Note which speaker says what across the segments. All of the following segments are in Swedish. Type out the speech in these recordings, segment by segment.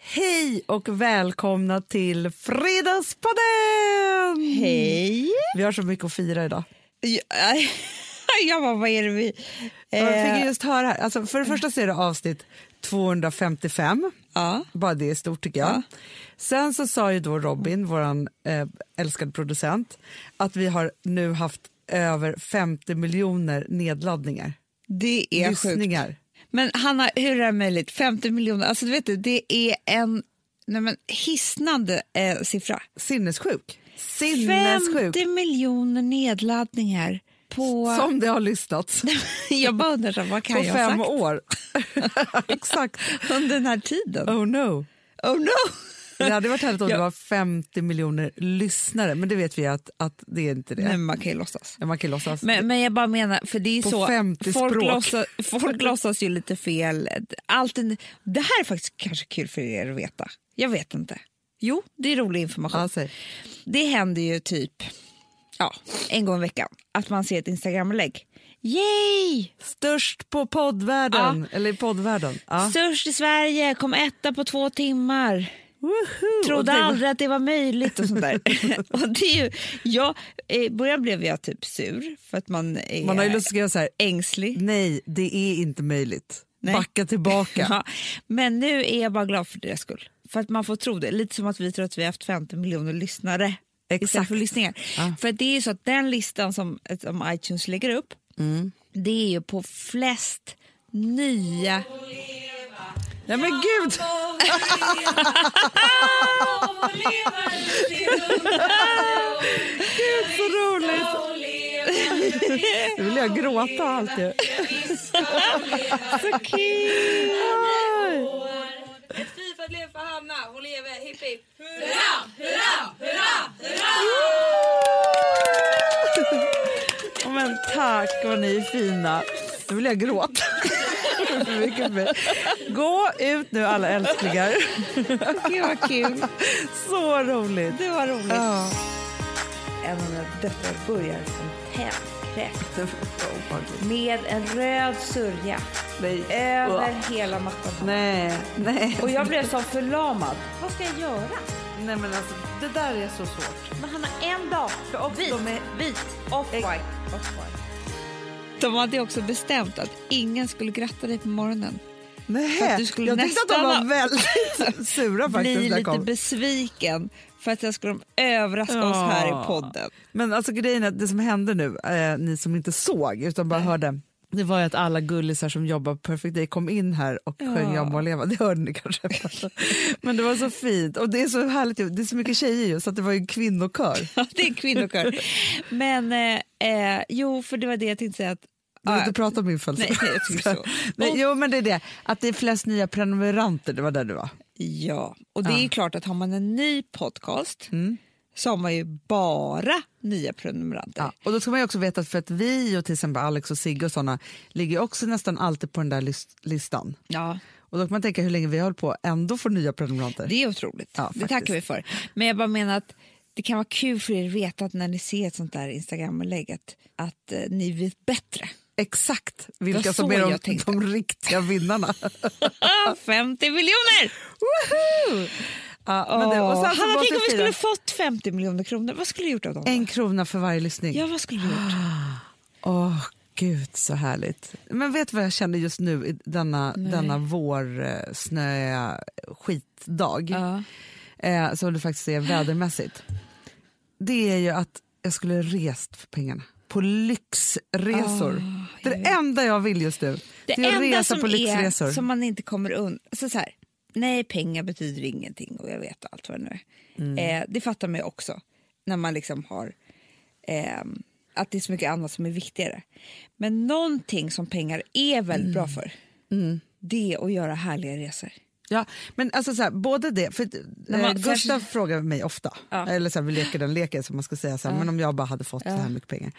Speaker 1: Hej och välkomna till Fredagspodden!
Speaker 2: Hej!
Speaker 1: Vi har så mycket att fira idag.
Speaker 2: Jag, jag bara, vad är det vi...
Speaker 1: Jag
Speaker 2: Eh.
Speaker 1: fick just höra här. Alltså, för det första så är det avsnitt 255.
Speaker 2: ja.
Speaker 1: Bara det är stort tycker jag. Sen så sa ju då Robin, vår eh, älskade producent, att vi har nu haft över 50 miljoner nedladdningar.
Speaker 2: Det är sjukt.
Speaker 1: lyssningar.
Speaker 2: Men Hanna, hur är det möjligt? 50 miljoner, alltså du vet det, det är en nej men, hisnande eh, siffra.
Speaker 1: Sinnessjuk. Sinnessjuk.
Speaker 2: 50 miljoner nedladdningar på...
Speaker 1: Som det har lyssnats
Speaker 2: jag bara undrar, så här, vad kan
Speaker 1: på
Speaker 2: jag ha
Speaker 1: fem
Speaker 2: sagt
Speaker 1: år. Exakt.
Speaker 2: under den här tiden?
Speaker 1: Oh no.
Speaker 2: Oh no!
Speaker 1: Det hade varit härligt om
Speaker 2: Ja.
Speaker 1: det var 50 miljoner lyssnare, men det vet vi att, att det är inte det.
Speaker 2: Nej, men man kan ju låtsas.
Speaker 1: Men Man kan låtsas.
Speaker 2: Men, men jag bara menar, för det är
Speaker 1: På
Speaker 2: så,
Speaker 1: 50
Speaker 2: folk,
Speaker 1: språk.
Speaker 2: Låtsas, folk låtsas ju lite fel. Allt, en- det här är faktiskt kanske kul för er att veta. Jag vet inte. Jo, det är rolig information.
Speaker 1: Ja, säg.
Speaker 2: Det händer ju typ ja, en gång i veckan att man ser ett Instagram-lägg. Yay!
Speaker 1: Störst på poddvärlden, eller i poddvärlden. Ja.
Speaker 2: Störst i Sverige, kom etta på två timmar.
Speaker 1: Woohoo! Och
Speaker 2: Trodde
Speaker 1: det-
Speaker 2: aldrig att det var möjligt och sånt där. och det är ju, jag, I början blev jag typ sur för att man är
Speaker 1: Man har ju lust att skriva så här,
Speaker 2: ängslig.
Speaker 1: nej det är inte möjligt.
Speaker 2: Nej.
Speaker 1: Backa tillbaka.
Speaker 2: Ja. Men nu är jag bara glad för deras skull. För att man får tro det. Lite som att vi tror att vi har haft 50 miljoner lyssnare. Istället
Speaker 1: Exakt.
Speaker 2: för lyssningar. För det är ju så att den listan som, som iTunes lägger upp, det är ju på flest nya...
Speaker 1: Nej men gud! gud så roligt! Nu vill jag gråta alltid.
Speaker 2: Så kul!
Speaker 3: Fifad lever för Hanna, hon lever, hipp hipp!
Speaker 1: Ja, men tack vad ni är fina. Nu vill jag gråta. För mycket för mig. Gå ut nu alla älsklingar.
Speaker 2: Gud vad kul!
Speaker 1: Så roligt.
Speaker 2: Det var roligt.
Speaker 1: Ja.
Speaker 2: En av mina döttrar börjar som tändkräft
Speaker 1: oh,
Speaker 2: med en röd sörja
Speaker 1: Nej.
Speaker 2: över hela mattan.
Speaker 1: Nej, nej.
Speaker 2: Ehm, Och jag blev så förlamad. Vad ska jag göra?
Speaker 1: nej men alltså, det där är så svårt.
Speaker 2: Men han har en dag. vit,
Speaker 1: de är-
Speaker 2: vit, off-white. De hade också bestämt att ingen skulle gratta dig på morgonen. För
Speaker 1: Nej.
Speaker 2: att du skulle
Speaker 1: jag tyckte att de
Speaker 2: nästan
Speaker 1: var
Speaker 2: ha-
Speaker 1: väldigt sura faktiskt.
Speaker 2: Bli
Speaker 1: när jag
Speaker 2: lite
Speaker 1: kom.
Speaker 2: besviken för att jag skulle de överraska oss
Speaker 1: Ja.
Speaker 2: här i podden.
Speaker 1: Men alltså grejen är att det som hände nu, eh, ni som inte såg utan bara hörde, det var ju att alla gullisar som jobbar på Perfect Day kom in här och sjöng Jag må leva. Det hörde ni kanske. Men det var så fint och det är så härligt, ju. det är så mycket tjejer ju så att det var ju en kvinnokör.
Speaker 2: Ja, det är en kvinnokör. Men eh, eh, jo, för det var det jag tänkte säga. Att,
Speaker 1: Du vill
Speaker 2: Ah,
Speaker 1: inte prata om min födelsedag.
Speaker 2: nej, jag tycker så.
Speaker 1: Nej, jo men det är det, att det är flest nya prenumeranter, det var där du var.
Speaker 2: ja, och det är ju klart att har man en ny podcast så har man ju bara nya prenumeranter.
Speaker 1: Ja, och då ska man ju också veta att för att vi och till exempel Alex och Sigge och sådana ligger ju också nästan alltid på den där list- listan.
Speaker 2: Ja.
Speaker 1: Och då kan man tänka hur länge vi höll på ändå får nya prenumeranter.
Speaker 2: Det är otroligt.
Speaker 1: Ja,
Speaker 2: det
Speaker 1: faktiskt.
Speaker 2: tackar vi för. Men jag bara menar att det kan vara kul för er att veta att när ni ser ett sånt där Instagram-inlägg att, att eh, ni vet bättre.
Speaker 1: Exakt vilka
Speaker 2: var
Speaker 1: som
Speaker 2: så
Speaker 1: är
Speaker 2: jag
Speaker 1: de,
Speaker 2: tänkte.
Speaker 1: de riktiga vinnarna.
Speaker 2: Ah, 50 miljoner!
Speaker 1: ja, men det, och
Speaker 2: Åh,
Speaker 1: sen så
Speaker 2: Hanna,
Speaker 1: måste
Speaker 2: tänk
Speaker 1: vi
Speaker 2: om vi
Speaker 1: fira.
Speaker 2: skulle fått 50 miljoner kronor. Vad skulle du gjort av dem?
Speaker 1: En krona för varje lyssning. Åh,
Speaker 2: Ja, vad skulle du gjort?
Speaker 1: gud så härligt. Men vet du vad jag känner just nu i denna, denna vår eh, snöiga skitdag?
Speaker 2: Ja.
Speaker 1: Eh, som det faktiskt är vädermässigt. Det är ju att jag skulle rest för pengarna. På lyxresor. det är det enda jag vill just nu.
Speaker 2: Det,
Speaker 1: är att
Speaker 2: enda
Speaker 1: resa
Speaker 2: som,
Speaker 1: på
Speaker 2: är,
Speaker 1: lyxresor.
Speaker 2: som man inte kommer undan... Så så här, nej, pengar betyder ingenting och jag vet allt vad det nu är.
Speaker 1: Mm.
Speaker 2: Eh, det fattar man ju också när man liksom har... ehm, att det är så mycket annat som är viktigare. Men någonting som pengar är
Speaker 1: Mm.
Speaker 2: väldigt bra för det är att göra härliga resor.
Speaker 1: Ja, men alltså så här, både det, för
Speaker 2: När man-
Speaker 1: eh, Gustav frågar mig ofta,
Speaker 2: alltså- Ja.
Speaker 1: eller så här, vi leker den leken som man ska säga så här, men om jag bara hade fått så här mycket pengar.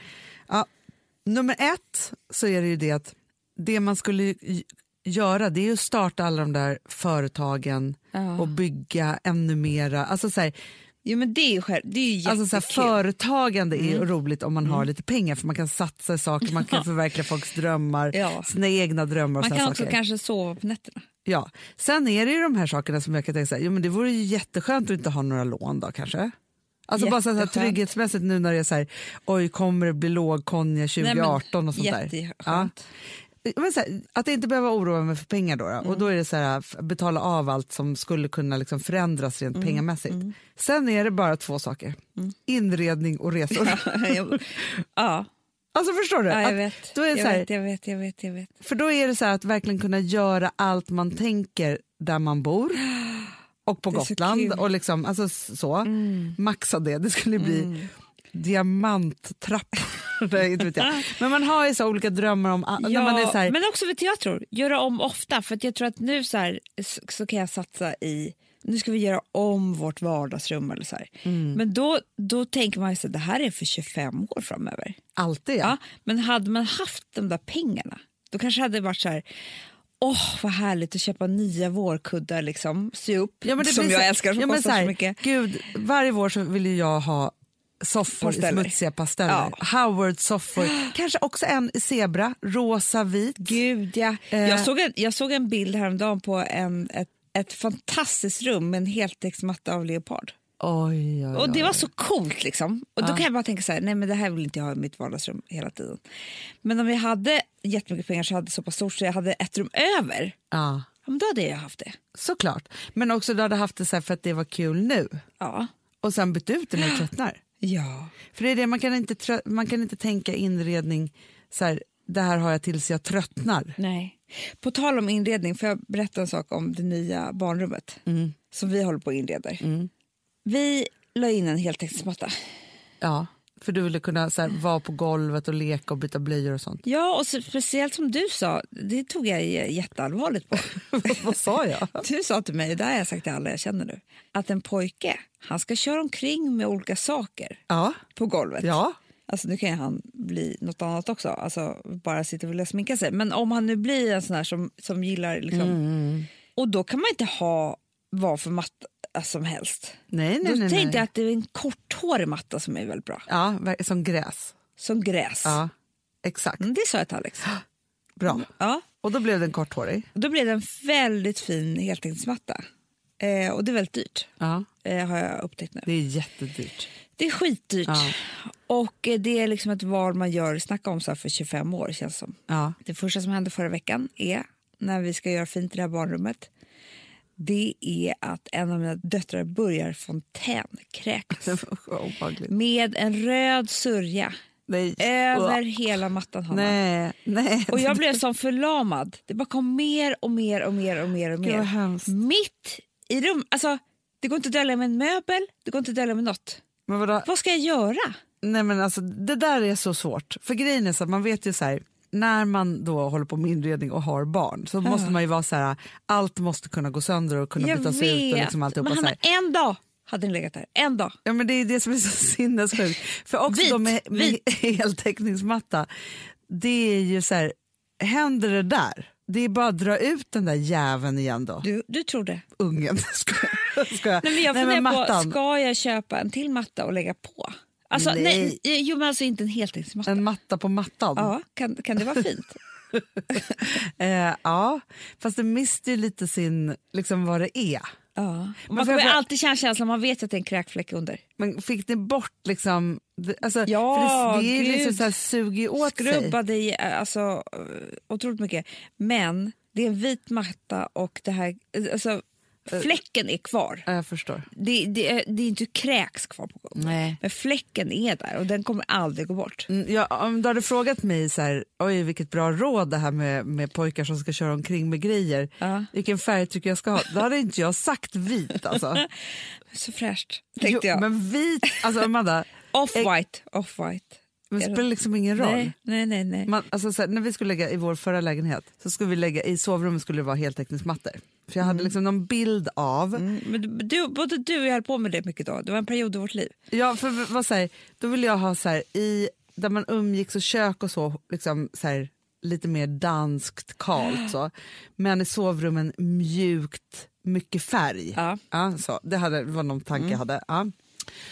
Speaker 1: Ja, nummer ett så är det ju det att det man skulle ju- göra det är ju att starta alla de där företagen och bygga ännu mera. Alltså så här,
Speaker 2: Jo, men det är ju, själv, det är ju
Speaker 1: alltså så här,
Speaker 2: jättekul. Mm.
Speaker 1: företagande är ju roligt om man har lite pengar för man kan satsa i saker, man kan förverkliga folks drömmar,
Speaker 2: Ja.
Speaker 1: sina egna drömmar och
Speaker 2: man
Speaker 1: såna
Speaker 2: kan också
Speaker 1: saker.
Speaker 2: kanske sova på nätterna.
Speaker 1: Ja. Sen är det ju de här sakerna som jag kan tänka så här, jo, men det vore ju jätteskönt att inte ha några lån då kanske. Alltså bara så här
Speaker 2: Jätteskönt.
Speaker 1: trygghetsmässigt nu när det är så här, oj kommer det bli lågkonja 2018 och sånt där. Ja. Eh,
Speaker 2: Jätteskönt.
Speaker 1: Men så här, att inte behöva oroa mig för pengar då, då.
Speaker 2: Mm.
Speaker 1: och då är det så här, f- betala av allt som skulle kunna liksom förändras rent
Speaker 2: Mm,
Speaker 1: pengamässigt. Sen är det bara två saker, inredning och resor.
Speaker 2: Ja. jag- ja.
Speaker 1: Alltså förstår du?
Speaker 2: ja, jag
Speaker 1: Att
Speaker 2: vet.
Speaker 1: Då är det
Speaker 2: jag,
Speaker 1: så här,
Speaker 2: vet, jag vet, jag vet, jag vet.
Speaker 1: För då är det så här att verkligen kunna göra allt man tänker där man bor och på
Speaker 2: Det är så
Speaker 1: Gotland
Speaker 2: kul. Mm.
Speaker 1: och liksom, alltså s- så. Maxa det, det skulle bli diamanttrappor. Nej, inte vet jag. Men man har ju så olika drömmar om a- när
Speaker 2: Ja,
Speaker 1: man är så här,
Speaker 2: Men också vet du, jag tror, göra om ofta. För att jag tror att nu så, här, så, så kan jag satsa i, nu ska vi göra om vårt vardagsrum eller så här.
Speaker 1: Mm.
Speaker 2: Men då, då tänker man ju så här, det här är för 25 år framöver.
Speaker 1: alltid ja.
Speaker 2: Ja, men hade man haft de där pengarna, då kanske hade det varit så här, åh vad härligt att köpa nya vårkuddar liksom, sy upp,
Speaker 1: Ja, men det
Speaker 2: som
Speaker 1: blir
Speaker 2: jag
Speaker 1: så,
Speaker 2: älskar som
Speaker 1: ja, men
Speaker 2: kostar
Speaker 1: så
Speaker 2: så,
Speaker 1: här,
Speaker 2: mycket.
Speaker 1: Gud, varje vår så vill ju jag ha soffor i
Speaker 2: Pasteller.
Speaker 1: smutsiga pasteller. Howard-soffor, kanske också en i zebra, rosa, vit.
Speaker 2: Gud ja.
Speaker 1: Eh.
Speaker 2: Jag, såg en, jag såg en bild häromdagen på en, ett, ett fantastiskt rum med en heltäcksmatta av leopard.
Speaker 1: Oj, oj, oj.
Speaker 2: Och det var så coolt liksom. Och då kan jag bara tänka så här, nej men det här vill inte jag ha i mitt vardagsrum hela tiden. Men om jag hade jättemycket pengar så hade det så pass stort så jag hade ett rum över,
Speaker 1: Ja.
Speaker 2: ja, men då hade jag haft det.
Speaker 1: Såklart. Men också du hade haft det så här för att det var kul nu
Speaker 2: Ja.
Speaker 1: och sen bytt ut det när du tröttnar.
Speaker 2: Ja.
Speaker 1: För det är det, man kan inte, trö- man kan inte tänka inredning så här, det här har jag tills jag tröttnar.
Speaker 2: Nej. På tal om inredning, får jag berätta en sak om det nya barnrummet som vi håller på att inreda? Vi la in en heltäckningsmatta.
Speaker 1: Ja, för du ville kunna så här, vara på golvet och leka och byta blöjor och sånt.
Speaker 2: Ja, och så, speciellt som du sa, det tog jag j- jätteallvarligt på.
Speaker 1: Vad sa jag?
Speaker 2: Du sa till mig, det här har jag sagt till alla jag känner nu, att en pojke, han ska köra omkring med olika saker
Speaker 1: Ja,
Speaker 2: på golvet.
Speaker 1: ja.
Speaker 2: Alltså nu kan ju han bli något annat också, alltså bara sitta och vilja sminka sig. Men om han nu blir en sån här som, som gillar liksom...
Speaker 1: Mm,
Speaker 2: Och då kan man inte ha vad för matta som helst.
Speaker 1: Nej, nej,
Speaker 2: då
Speaker 1: nej.
Speaker 2: tänkte
Speaker 1: nej.
Speaker 2: jag att det är en korthårig matta som är väldigt bra,
Speaker 1: Ja, ver- som gräs.
Speaker 2: som gräs.
Speaker 1: Ja, exakt.
Speaker 2: Mm, det sa jag till Alex.
Speaker 1: Bra.
Speaker 2: Ja,
Speaker 1: Och då blev den korthårig.
Speaker 2: och då blev det en väldigt fin heltäckningsmatta. Eh, och det är väldigt dyrt,
Speaker 1: Ja,
Speaker 2: eh, har jag upptäckt nu.
Speaker 1: det är jättedyrt.
Speaker 2: Det är skitdyrt.
Speaker 1: Ja.
Speaker 2: Och eh, det är liksom ett val man gör, snacka om så här för 25 år känns det som.
Speaker 1: Ja.
Speaker 2: Det första som hände förra veckan är, när vi ska göra fint i det här barnrummet, det är att en av mina döttrar börjar fontänkräkas
Speaker 1: Obehagligt. Eh,
Speaker 2: med en röd sörja
Speaker 1: Nej.
Speaker 2: över hela mattan. Hanna.
Speaker 1: Nej, nej.
Speaker 2: Och jag blev som förlamad. Det bara kom mer och mer och mer och mer och
Speaker 1: Gud, vad
Speaker 2: mer.
Speaker 1: hemskt.
Speaker 2: Mitt i rum, alltså det går inte att dölja med en möbel, det går inte att dölja med något.
Speaker 1: Men vadå?
Speaker 2: Vad ska jag göra?
Speaker 1: Nej men alltså det där är så svårt. För grejen är så att man vet ju så här, när man då håller på med inredning och har barn så måste man ju vara så här, allt måste kunna gå sönder och kunna
Speaker 2: Jag
Speaker 1: bytas ut och liksom alltihopa.
Speaker 2: men
Speaker 1: så
Speaker 2: Hanna,
Speaker 1: här.
Speaker 2: en dag hade den legat där. En dag.
Speaker 1: Ja men det är det som är så sinnessjukt. För också
Speaker 2: Vit,
Speaker 1: då med, med heltäckningsmatta, det är ju så här, händer det där, det är bara att dra ut den där jäveln igen då.
Speaker 2: Du, du trodde.
Speaker 1: Ungen, ska jag? Ska jag?
Speaker 2: Nej, men jag
Speaker 1: Nej,
Speaker 2: funderar
Speaker 1: men mattan,
Speaker 2: på, ska jag köpa en till matta och lägga på? Alltså, nej.
Speaker 1: Nej. Mm.
Speaker 2: jo, men alltså inte en heltäckningsmatta.
Speaker 1: en matta på mattan.
Speaker 2: Ja, kan, kan det vara fint?
Speaker 1: Eh, ja, fast det mister ju lite sin, liksom vad det är.
Speaker 2: ja. Man
Speaker 1: får jag
Speaker 2: kommer
Speaker 1: bara-
Speaker 2: alltid känna känslan, man vet att det är en kräkfläck under.
Speaker 1: Men fick ni bort liksom... det- Alltså,
Speaker 2: Ja,
Speaker 1: för det, det är ju
Speaker 2: gud.
Speaker 1: liksom så här, suger ju åt sig.
Speaker 2: Skrubbade i, eh, alltså, eh, otroligt mycket. Men det är en vit matta och det här, eh, alltså, fläcken är kvar.
Speaker 1: Ja, jag förstår.
Speaker 2: Det, det, är- det är inte kräks kvar på golvet.
Speaker 1: Nej.
Speaker 2: Men fläcken är där och den kommer aldrig gå bort.
Speaker 1: Mm, Ja, om du hade frågat mig så här, oj vilket bra råd det här med, med pojkar som ska köra omkring med grejer,
Speaker 2: Ja.
Speaker 1: vilken färg tycker jag ska ha? Då hade inte jag sagt vit alltså.
Speaker 2: Så fräscht, tänkte jag.
Speaker 1: Men vit, alltså Amanda,
Speaker 2: Off-white, off-white.
Speaker 1: men det
Speaker 2: Är det-
Speaker 1: spelar liksom ingen roll.
Speaker 2: Nej, nej, nej. nej.
Speaker 1: Man, alltså, så här, när vi skulle lägga i vår förra lägenhet så skulle vi lägga i sovrummet skulle det vara heltäckningsmattor. För jag hade liksom någon bild av
Speaker 2: Mm, Men du- du, både du och jag höll på med det mycket då. Det var en period i vårt liv.
Speaker 1: Ja, för v- vad säger, då vill jag ha så här, i, där man umgicks och kök och så, liksom så här, lite mer danskt kalt så. Men i sovrummen mjukt, mycket färg.
Speaker 2: Ja.
Speaker 1: så. Det hade, var någon tanke
Speaker 2: Mm.
Speaker 1: jag hade. Ja.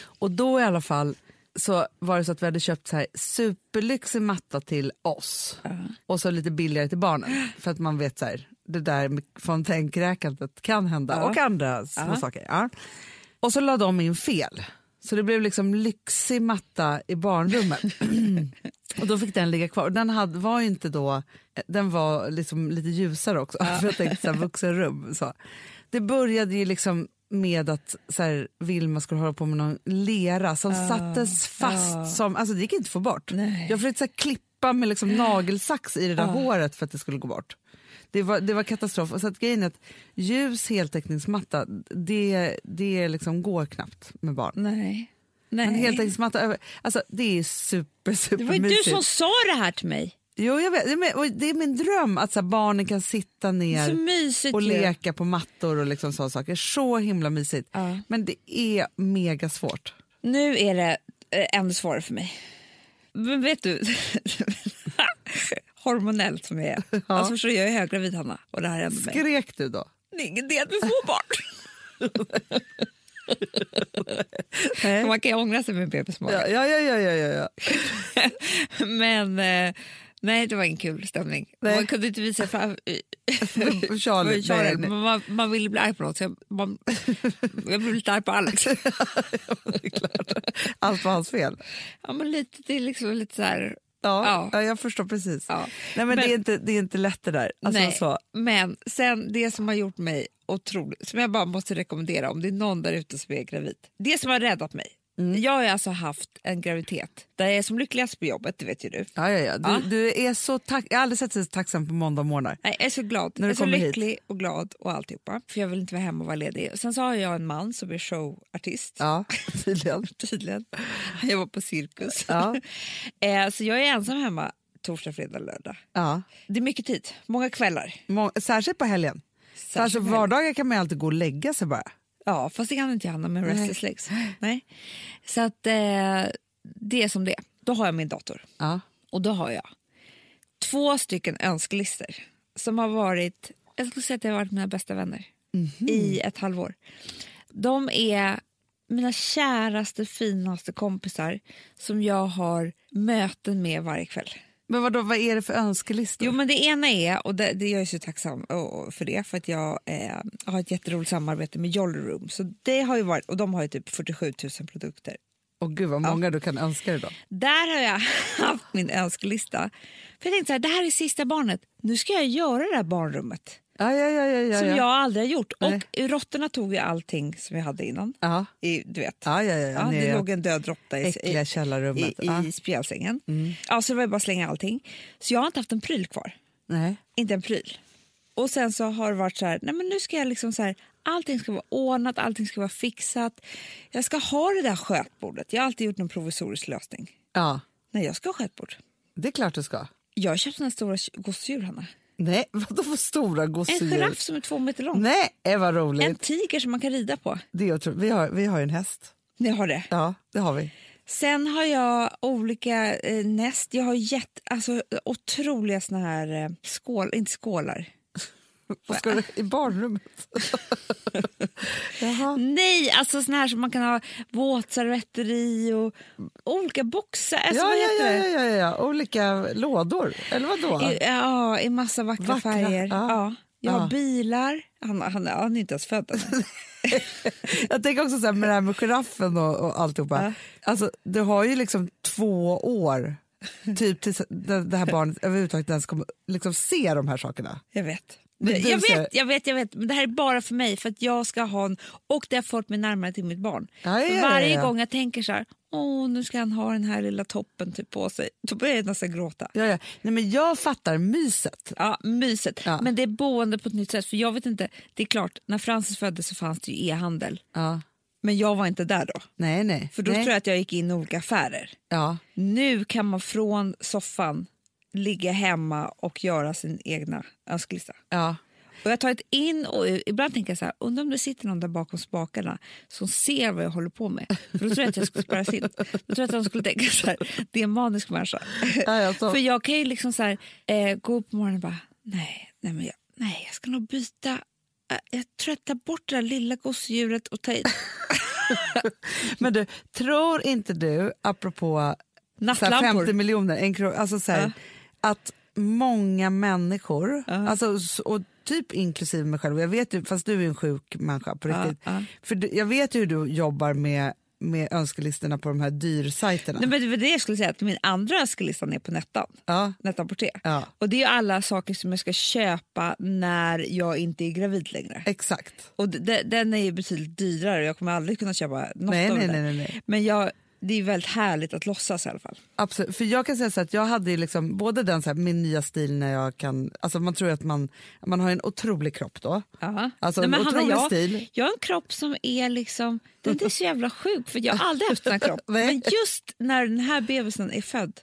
Speaker 1: Och då i alla fall så var det så att vi hade köpt så här superlyxig matta till oss och så lite billigare till barnen för att man vet så här, det där med fontänkräkandet kan hända
Speaker 2: Ja.
Speaker 1: och andra små
Speaker 2: Ja.
Speaker 1: saker. Ja. Och så la de in fel. Så det blev liksom lyxig matta i barnrummet. och då fick den ligga kvar. Och Den hade, var ju inte då, den var liksom lite ljusare också. För jag tänkte så här, vuxenrum. Så. Det började ju liksom med att så här, Vilma skulle hålla på med någon lera som sattes fast. Som, alltså det gick inte att få bort.
Speaker 2: Nej.
Speaker 1: Jag försökte så här, klippa med liksom, nagelsax i det där håret för att det skulle gå bort. Det var, det var katastrof. Och så att grejen är att ljus heltäckningsmatta, det, det liksom går knappt med barn.
Speaker 2: Nej. Nej.
Speaker 1: En heltäckningsmatta, över- alltså, det är super, super
Speaker 2: det var ju du
Speaker 1: mysigt.
Speaker 2: som sa det här till mig.
Speaker 1: Jo, jag vet. Det är min- och Det är min dröm att så här, barnen kan sitta
Speaker 2: Så
Speaker 1: ner
Speaker 2: mysigt
Speaker 1: och
Speaker 2: ju.
Speaker 1: leka på mattor och liksom sådana saker. Så himla mysigt.
Speaker 2: Ja.
Speaker 1: Men det är mega svårt.
Speaker 2: Nu är det eh, ännu svårare för mig. Men vet du, hormonellt som jag är. Alltså förstår du, jag är höggravid Hanna och det här händer mig.
Speaker 1: Skrek du då?
Speaker 2: Det är ingen idé att vi får barn. Man kan ju ångra sig med bebismage.
Speaker 1: Ja, ja, ja, ja, ja, ja.
Speaker 2: Men eh, nej, det var ingen kul stämning.
Speaker 1: Nej.
Speaker 2: Man kunde inte visa fram... eh,
Speaker 1: ja. Charlie,
Speaker 2: För Charlie.
Speaker 1: nej, nej.
Speaker 2: Men Man, man ville bli arg på något. så Jag, man, jag blev lite arg på Alex.
Speaker 1: Alltså. allt var hans fel.
Speaker 2: Ja, men lite, det är liksom lite så här...
Speaker 1: Ja, ja.
Speaker 2: Ja.
Speaker 1: jag förstår precis.
Speaker 2: Ja.
Speaker 1: Nej, men,
Speaker 2: Men-
Speaker 1: det, är inte, det är inte lätt det där. Alltså,
Speaker 2: nej.
Speaker 1: Så,
Speaker 2: Men sen det som har gjort mig otroligt, som jag bara måste rekommendera om det är någon där ute som är gravid. Det som har räddat mig.
Speaker 1: Mm.
Speaker 2: Jag har ju alltså haft en graviditet där jag är som lyckligast på jobbet, det vet ju du.
Speaker 1: ja, ja, ja. Du,
Speaker 2: Ja.
Speaker 1: du är så tack... Jag har aldrig sett dig så tacksam på måndagmorgnar.
Speaker 2: Nej, jag är så glad.
Speaker 1: När du
Speaker 2: jag är så
Speaker 1: kommer hit.
Speaker 2: lycklig och glad och alltihopa. För jag vill inte vara hemma och vara ledig. Sen så har jag en man som är showartist.
Speaker 1: Ja, tydligen.
Speaker 2: Tydligen. Han jobbar på cirkus.
Speaker 1: Ja.
Speaker 2: eh, så jag är ensam hemma torsdag, fredag, lördag.
Speaker 1: Ja.
Speaker 2: Det är mycket tid, många kvällar.
Speaker 1: Må- Särskilt på helgen. För alltså,
Speaker 2: Särskilt-
Speaker 1: vardagar kan man ju alltid gå och lägga sig bara.
Speaker 2: Ja, fast det kan inte Hanna med restless legs. Nej. Så att eh, det är som det är. Då har jag min dator
Speaker 1: Ja.
Speaker 2: och då har jag två stycken önskelistor som har varit, jag skulle säga att det har varit mina bästa vänner i ett halvår. De är mina käraste, finaste kompisar som jag har möten med varje kväll.
Speaker 1: Men vadå, vad är det för önskelistor?
Speaker 2: Jo, men det ena är, och det, det är jag är så tacksam åh, för det, för att jag eh, har ett jätteroligt samarbete med Jolly Room. Så det har ju varit, och de har ju typ 47 000 produkter.
Speaker 1: Och gud vad många du kan önska dig då.
Speaker 2: Där har jag haft min önskelista. För jag tänkte så här, det här är sista barnet. Nu ska jag göra det här barnrummet
Speaker 1: Ja, ja, ja, ja, ja,
Speaker 2: som
Speaker 1: ja.
Speaker 2: jag aldrig har gjort.
Speaker 1: Nej.
Speaker 2: Och råttorna tog ju allting som jag hade innan.
Speaker 1: Ja.
Speaker 2: I, du vet.
Speaker 1: Ja, ja, ja,
Speaker 2: Ja,
Speaker 1: ni
Speaker 2: det
Speaker 1: är-
Speaker 2: låg en död råtta i,
Speaker 1: äckliga
Speaker 2: i,
Speaker 1: källarrummet.
Speaker 2: i,
Speaker 1: Ja. Mm.
Speaker 2: i spjälsängen. Ja, så det var ju bara att slänga allting. Så jag har inte haft en pryl kvar.
Speaker 1: Nej.
Speaker 2: inte en pryl. Och sen så har det varit så här, nej men nu ska jag liksom så här, allting ska vara ordnat, allting ska vara fixat. Jag ska ha det där skötbordet. Jag har alltid gjort någon provisorisk lösning.
Speaker 1: Ja,
Speaker 2: Nej, jag ska ha skötbord.
Speaker 1: det är klart du ska.
Speaker 2: Jag har köpt såna här stora tj- gosedjur, Hanna.
Speaker 1: Nej, vadå för stora
Speaker 2: En
Speaker 1: gosedjur?
Speaker 2: giraff som är två meter lång.
Speaker 1: Nej, eh, vad
Speaker 2: En
Speaker 1: roligt.
Speaker 2: tiger som man kan rida på.
Speaker 1: Det är otroligt. Vi, har, vi har ju en häst.
Speaker 2: Ni har det.
Speaker 1: Ja, det har vi.
Speaker 2: Sen har jag olika eh, näst. Jag har gett, alltså otroliga såna här eh, skål, inte skålar.
Speaker 1: Vad ska du, I barnrummet? Jaha.
Speaker 2: Nej, alltså såna här som man kan ha våtservetter i och olika boxar. Alltså,
Speaker 1: Ja,
Speaker 2: vad
Speaker 1: ja, ja,
Speaker 2: heter
Speaker 1: ja,
Speaker 2: det?
Speaker 1: ja, ja, olika lådor. Eller vadå?
Speaker 2: I, ja, i massa vackra,
Speaker 1: Vackra,
Speaker 2: färger.
Speaker 1: ja.
Speaker 2: Ja. Jag
Speaker 1: Ja.
Speaker 2: har bilar. Han, han, han är inte ens född. än.
Speaker 1: Jag tänker också så här med det här med giraffen och, och alltihopa. Alltså, du har ju liksom två år typ tills det, det här barnet överhuvudtaget ens kommer liksom se de här sakerna.
Speaker 2: Jag vet.
Speaker 1: Men du
Speaker 2: Jag
Speaker 1: ser-
Speaker 2: vet, jag vet, jag vet. Men det här är bara för mig, för att jag ska ha en... Och det har fått mig närmare till mitt barn.
Speaker 1: Ja, ja, ja,
Speaker 2: Varje
Speaker 1: ja.
Speaker 2: gång jag tänker så här, åh, nu ska han ha den här lilla toppen typ på sig, då börjar jag nästan gråta.
Speaker 1: Ja, ja. Nej, men jag fattar myset.
Speaker 2: Ja, myset.
Speaker 1: Ja.
Speaker 2: Men det är boende på ett nytt sätt. För jag vet inte, det är klart, när Francis föddes så fanns det ju e-handel.
Speaker 1: Ja.
Speaker 2: Men jag var inte där då.
Speaker 1: Nej, nej.
Speaker 2: För då
Speaker 1: nej.
Speaker 2: tror jag att jag gick in i olika affärer.
Speaker 1: Ja.
Speaker 2: Nu kan man från soffan ligga hemma och göra sin egna önskelista.
Speaker 1: Ja.
Speaker 2: Och jag har tagit in och ut- ibland tänker jag så här, undrar om det sitter någon där bakom spakarna som ser vad jag håller på med. För då tror jag att jag skulle spara in. Då tror jag att de skulle tänka så här, det är en manisk människa.
Speaker 1: Ja, ja, så.
Speaker 2: För jag kan ju liksom så här, eh, gå upp på morgonen och bara, nej, nej, men jag, nej, jag ska nog byta. Eh, Jag tror jag tar bort det där lilla gosedjuret och tar in
Speaker 1: Men du, tror inte du, apropå så här
Speaker 2: nattlampor.
Speaker 1: 50 miljoner, en kro- alltså så här, att många människor,
Speaker 2: Ja.
Speaker 1: alltså, s- och typ inklusive mig själv, jag vet ju, fast du är en sjuk människa på
Speaker 2: Ja,
Speaker 1: riktigt.
Speaker 2: ja.
Speaker 1: För du, jag vet ju hur du jobbar med, med önskelistorna på de här dyrsajterna.
Speaker 2: Nej, men det var det jag skulle säga, att min andra önskelista är på Nettan.
Speaker 1: Ja,
Speaker 2: Nettan Porté.
Speaker 1: ja,
Speaker 2: Och det är ju alla saker som jag ska köpa när jag inte är gravid längre.
Speaker 1: exakt.
Speaker 2: Och d- d- den är ju betydligt dyrare och jag kommer aldrig kunna köpa något
Speaker 1: Nej,
Speaker 2: av
Speaker 1: nej,
Speaker 2: det.
Speaker 1: nej, nej, nej.
Speaker 2: Men jag, det är väldigt härligt att låtsas i alla fall.
Speaker 1: Absolut. För jag kan säga så här att jag hade ju liksom både den så här, min nya stil när jag kan, alltså man tror ju att man, man har en otrolig kropp då. Alltså
Speaker 2: Nej, men
Speaker 1: en
Speaker 2: Hanna,
Speaker 1: otrolig
Speaker 2: jag,
Speaker 1: stil.
Speaker 2: jag har en kropp som är liksom, den är inte så jävla sjuk för jag har aldrig haft den här kroppen.
Speaker 1: Nej.
Speaker 2: Men just när den här bebisen är född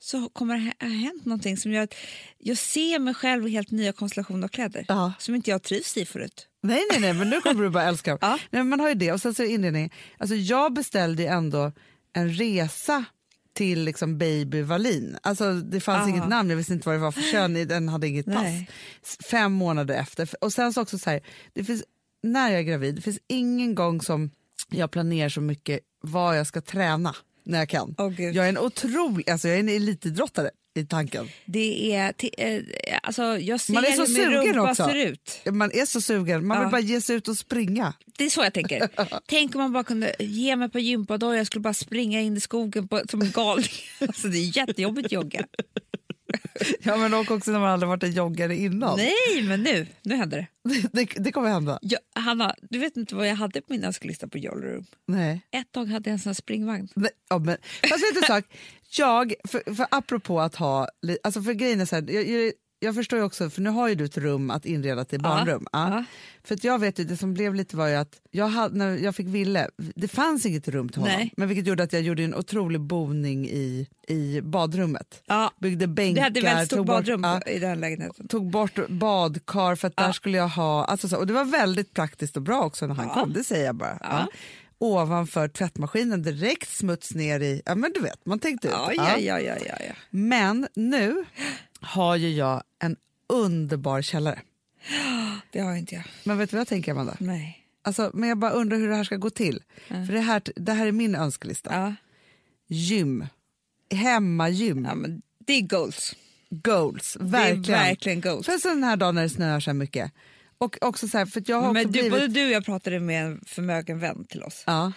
Speaker 2: så kommer det ha ha hänt någonting som gör att jag ser mig själv i helt nya konstellationer av kläder
Speaker 1: Ja.
Speaker 2: som inte jag trivs i förut.
Speaker 1: Nej, nej, nej, men nu kommer du bara älska dem.
Speaker 2: Ja.
Speaker 1: Nej, men man har ju det. Och sen så är inredningen. Alltså, jag beställde ju ändå en resa till liksom Baby Wallin. Alltså, det fanns
Speaker 2: Ah.
Speaker 1: inget namn, jag visste inte vad det var för kön, den hade inget
Speaker 2: Nej.
Speaker 1: pass. S- Fem månader efter. Och sen så också så här, det finns, när jag är gravid, det finns ingen gång som jag planerar så mycket vad jag ska träna när jag kan.
Speaker 2: Åh, Gud.
Speaker 1: jag är en otrolig, alltså jag är en elitidrottare i tanken.
Speaker 2: Det är, ti- eh, alltså, jag ser
Speaker 1: Man är så
Speaker 2: hur min
Speaker 1: sugen
Speaker 2: rumpa
Speaker 1: också.
Speaker 2: ser ut.
Speaker 1: Man är så sugen, man
Speaker 2: Ja.
Speaker 1: vill bara ge sig ut och springa.
Speaker 2: Det är så jag tänker. Tänk om man bara kunde ge mig på gympadojor, jag skulle bara springa in i skogen på, som en galning. Alltså, det är jättejobbigt att jogga.
Speaker 1: Ja, men och också när man aldrig varit en joggare innan.
Speaker 2: Nej, men nu, nu händer det.
Speaker 1: Det, det kommer hända.
Speaker 2: Jag, Hanna, du vet inte vad jag hade på min önskelista på Jolly Room.
Speaker 1: Nej.
Speaker 2: Ett tag hade jag en sån här springvagn.
Speaker 1: Nej, ja, men, fast vet du en sak? Jag, för, för apropå att ha... li- Alltså för grejen är så här, jag, jag, jag förstår ju också, för nu har ju du ett rum att inreda till barnrum. Ja.
Speaker 2: ja.
Speaker 1: För att jag vet ju, det som blev lite var ju att jag hade, när jag fick Ville, det fanns inget rum till honom.
Speaker 2: Nej.
Speaker 1: Men vilket gjorde att jag gjorde en otrolig boning i, i badrummet.
Speaker 2: Ja,
Speaker 1: Byggde
Speaker 2: vi
Speaker 1: bänkar,
Speaker 2: hade väldigt stort
Speaker 1: tog bort-
Speaker 2: badrum
Speaker 1: ja,
Speaker 2: i den lägenheten.
Speaker 1: tog bort badkar för att där skulle jag ha... Alltså så, och Det var väldigt praktiskt och bra också när han kom, det säger jag bara. Ja. Ovanför tvättmaskinen, direkt smuts ner i... Ja, men du vet, man tänkte ut.
Speaker 2: Ja, ja, ja, ja, ja, ja.
Speaker 1: Men nu har ju jag en underbar källare.
Speaker 2: Det har inte jag.
Speaker 1: Men vet du vad jag tänker, Amanda?
Speaker 2: Nej.
Speaker 1: Alltså, men jag bara undrar hur det här ska gå till. För det här, det här är min önskelista.
Speaker 2: Ja.
Speaker 1: Gym. Hemmagym.
Speaker 2: Ja, men det är goals.
Speaker 1: Goals. Verkligen.
Speaker 2: Det är verkligen goals.
Speaker 1: För en sån här dag när det snöar så här mycket. Och också så här, för att jag har
Speaker 2: Men
Speaker 1: också
Speaker 2: du,
Speaker 1: blivit...
Speaker 2: både du och jag pratade med en förmögen vän till oss.
Speaker 1: Ja.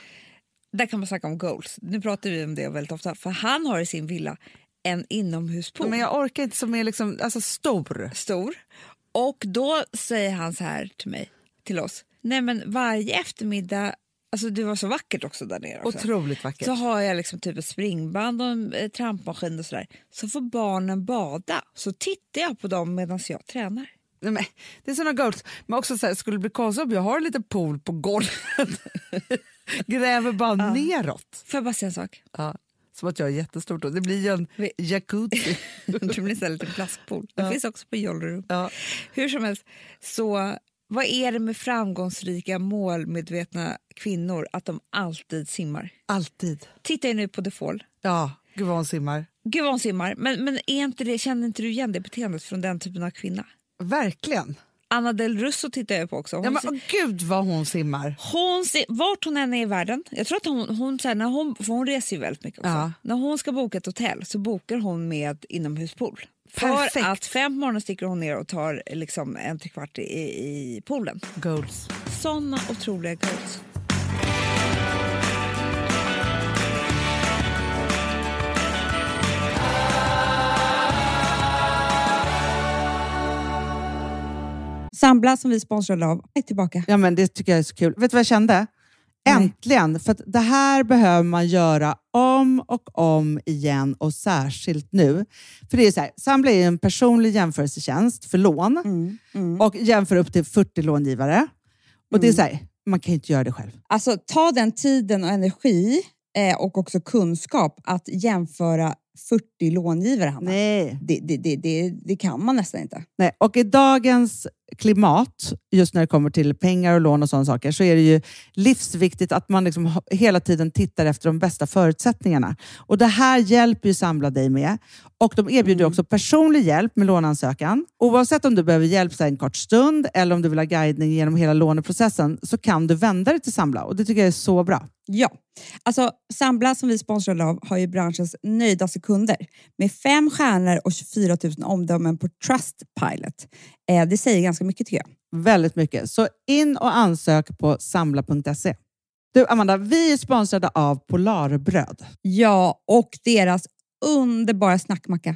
Speaker 2: Där kan man snacka om goals. Nu pratar vi om det väldigt ofta. För han har i sin villa en inomhuspool.
Speaker 1: Men jag orkar inte som är liksom, alltså stor.
Speaker 2: stor. Och då säger han så här till mig, till oss. Nej men varje eftermiddag, alltså det var så vackert också där nere. Också.
Speaker 1: Otroligt vackert.
Speaker 2: Så har jag liksom typ ett springband och en eh, trampmaskin och sådär. Så får barnen bada. Så tittar jag på dem medan jag tränar.
Speaker 1: Nej, men, det är såna goals. Men också så här, skulle det bli konstigt om jag har en liten pool på golvet. Gräver bara neråt.
Speaker 2: Får jag bara säga en sak?
Speaker 1: Ja. Som att jag är jättestort då. Det blir ju en
Speaker 2: Vi-
Speaker 1: jacuzzi.
Speaker 2: det blir så här lite plaskpool. Det finns också på Jollerum.
Speaker 1: Ja.
Speaker 2: Hur som helst, så vad är det med framgångsrika målmedvetna kvinnor att de alltid simmar?
Speaker 1: Alltid.
Speaker 2: Titta ju nu på The Fall.
Speaker 1: Ja, gud vad hon simmar.
Speaker 2: Gud vad hon simmar. Men, men är inte det, känner inte du igen det beteendet från den typen av kvinna?
Speaker 1: Verkligen.
Speaker 2: Anna Del Russo tittar jag på också. Hon,
Speaker 1: Ja, men,
Speaker 2: si-
Speaker 1: åh, gud vad hon simmar.
Speaker 2: hon, si- vart hon än är i världen, jag tror att hon, hon, så här, när hon, för hon reser ju väldigt mycket också.
Speaker 1: Ja.
Speaker 2: När hon ska boka ett hotell så bokar hon med inomhuspool. För
Speaker 1: Perfekt.
Speaker 2: att fem på morgonen sticker hon ner och tar eh, liksom, en trekvart i, i poolen.
Speaker 1: Goals.
Speaker 2: Såna otroliga goals. Sambla som vi sponsrade av är tillbaka.
Speaker 1: Ja, men det tycker jag är så kul. Vet du vad jag kände?
Speaker 2: Nej.
Speaker 1: Äntligen! För att det här behöver man göra om och om igen och särskilt nu. För det är ju så här, Sambla är ju en personlig jämförelsetjänst för lån
Speaker 2: Mm.
Speaker 1: och jämför upp till 40 långivare. Och det är så här, man kan ju inte göra det själv.
Speaker 2: Alltså ta den tiden och energi eh, och också kunskap att jämföra 40 långivare, Hanna.
Speaker 1: Nej.
Speaker 2: Det, det, det, det, det kan man nästan inte.
Speaker 1: Nej. Och i dagens klimat, just när det kommer till pengar och lån och sådana saker, så är det ju livsviktigt att man liksom ha- hela tiden tittar efter de bästa förutsättningarna. Och Det här hjälper ju Samla dig med. Och De erbjuder också personlig hjälp med låneansökan. Oavsett om du behöver hjälp så här en kort stund eller om du vill ha guidning genom hela låneprocessen så kan du vända dig till Samla och det tycker jag är så bra.
Speaker 2: Ja, alltså Sambla som vi är sponsrade av har ju branschens nöjdaste kunder med fem stjärnor och 24 000 omdömen på Trustpilot. Eh, det säger ganska mycket tycker jag.
Speaker 1: Väldigt mycket. Så in och ansök på samla.se. Du Amanda, vi är sponsrade av Polarbröd.
Speaker 2: Ja, och deras underbara snackmacka.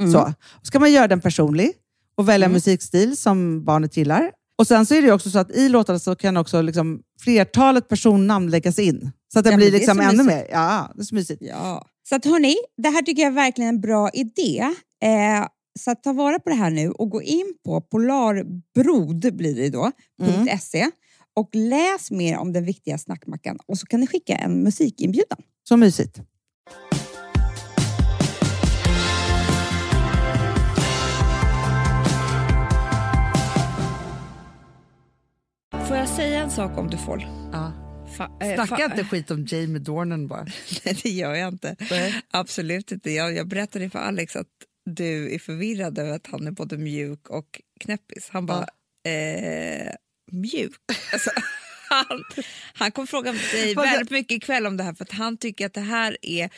Speaker 1: Mm.
Speaker 2: Mm.
Speaker 1: Så. ska man göra den personlig och välja musikstil som barnet gillar. Och Sen så är det ju också så att i låtarna så kan också liksom flertalet personnamn läggas in. Så att det
Speaker 2: Ja, men
Speaker 1: blir
Speaker 2: det är
Speaker 1: liksom
Speaker 2: så
Speaker 1: ännu
Speaker 2: mysigt.
Speaker 1: mer. Ja, det är så mysigt.
Speaker 2: Ja. Så att hörni, det här tycker jag är verkligen en bra idé. Eh, så att ta vara på det här nu och gå in på polarbrod blir det då,
Speaker 1: Mm.
Speaker 2: .se och läs mer om den viktiga snackmackan och så kan ni skicka en musikinbjudan.
Speaker 1: Så mysigt.
Speaker 2: Får jag säga en sak om Dufol?
Speaker 1: Ja.
Speaker 2: Fa- eh,
Speaker 1: Snacka
Speaker 2: fa-
Speaker 1: inte skit om Jamie Dornan bara.
Speaker 2: Nej, det gör jag inte.
Speaker 1: Nej.
Speaker 2: Absolut inte. Jag, jag berättade för Alex att du är förvirrad över att han är både mjuk och knäppis. Han bara, eh, mjuk? Alltså, han, han kommer fråga dig
Speaker 1: Vad-
Speaker 2: väldigt mycket ikväll om det här för att han tycker att det här är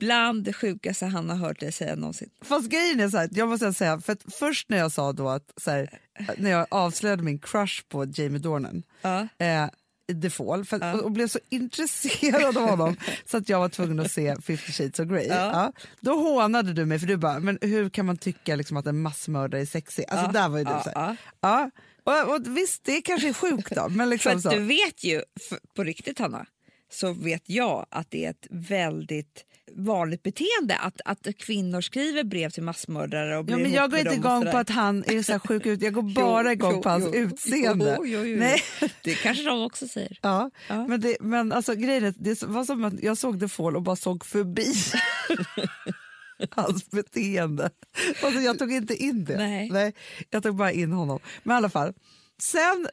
Speaker 2: bland det sjukaste han har hört dig säga någonsin.
Speaker 1: Fast grejen är så här, jag måste säga, för att först när jag sa då att, så här, när jag avslöjade min crush på Jamie Dornan,
Speaker 2: Ja.
Speaker 1: eh, i Default, för, och, och blev så intresserad av honom så att jag var tvungen att se 50 shades of Grey. Ja. Då hånade du mig för du bara, men hur kan man tycka liksom att en massmördare är sexig? Alltså där var ju du
Speaker 2: ja,
Speaker 1: så här.
Speaker 2: ja.
Speaker 1: Ja. Och, och visst, det kanske är sjukt då, men
Speaker 2: För
Speaker 1: liksom
Speaker 2: att
Speaker 1: så.
Speaker 2: du vet ju, f- på riktigt Hanna, så vet jag att det är ett väldigt vanligt beteende att, att kvinnor skriver brev till massmördare och blir
Speaker 1: Ja, men
Speaker 2: ihop
Speaker 1: jag går
Speaker 2: med
Speaker 1: inte
Speaker 2: dem och
Speaker 1: igång
Speaker 2: sådär.
Speaker 1: på att han är så här sjuk ut, jag går
Speaker 2: Jo,
Speaker 1: bara igång
Speaker 2: jo,
Speaker 1: på hans
Speaker 2: jo.
Speaker 1: utseende.
Speaker 2: Jo, jo, jo, jo.
Speaker 1: Nej.
Speaker 2: Det kanske de också säger.
Speaker 1: Ja,
Speaker 2: Ja.
Speaker 1: Men, det, men alltså, grejen är, det var som att jag såg The Fall och bara såg förbi hans beteende. Alltså, jag tog inte in det.
Speaker 2: Nej.
Speaker 1: jag tog bara in honom. Men i alla fall, sen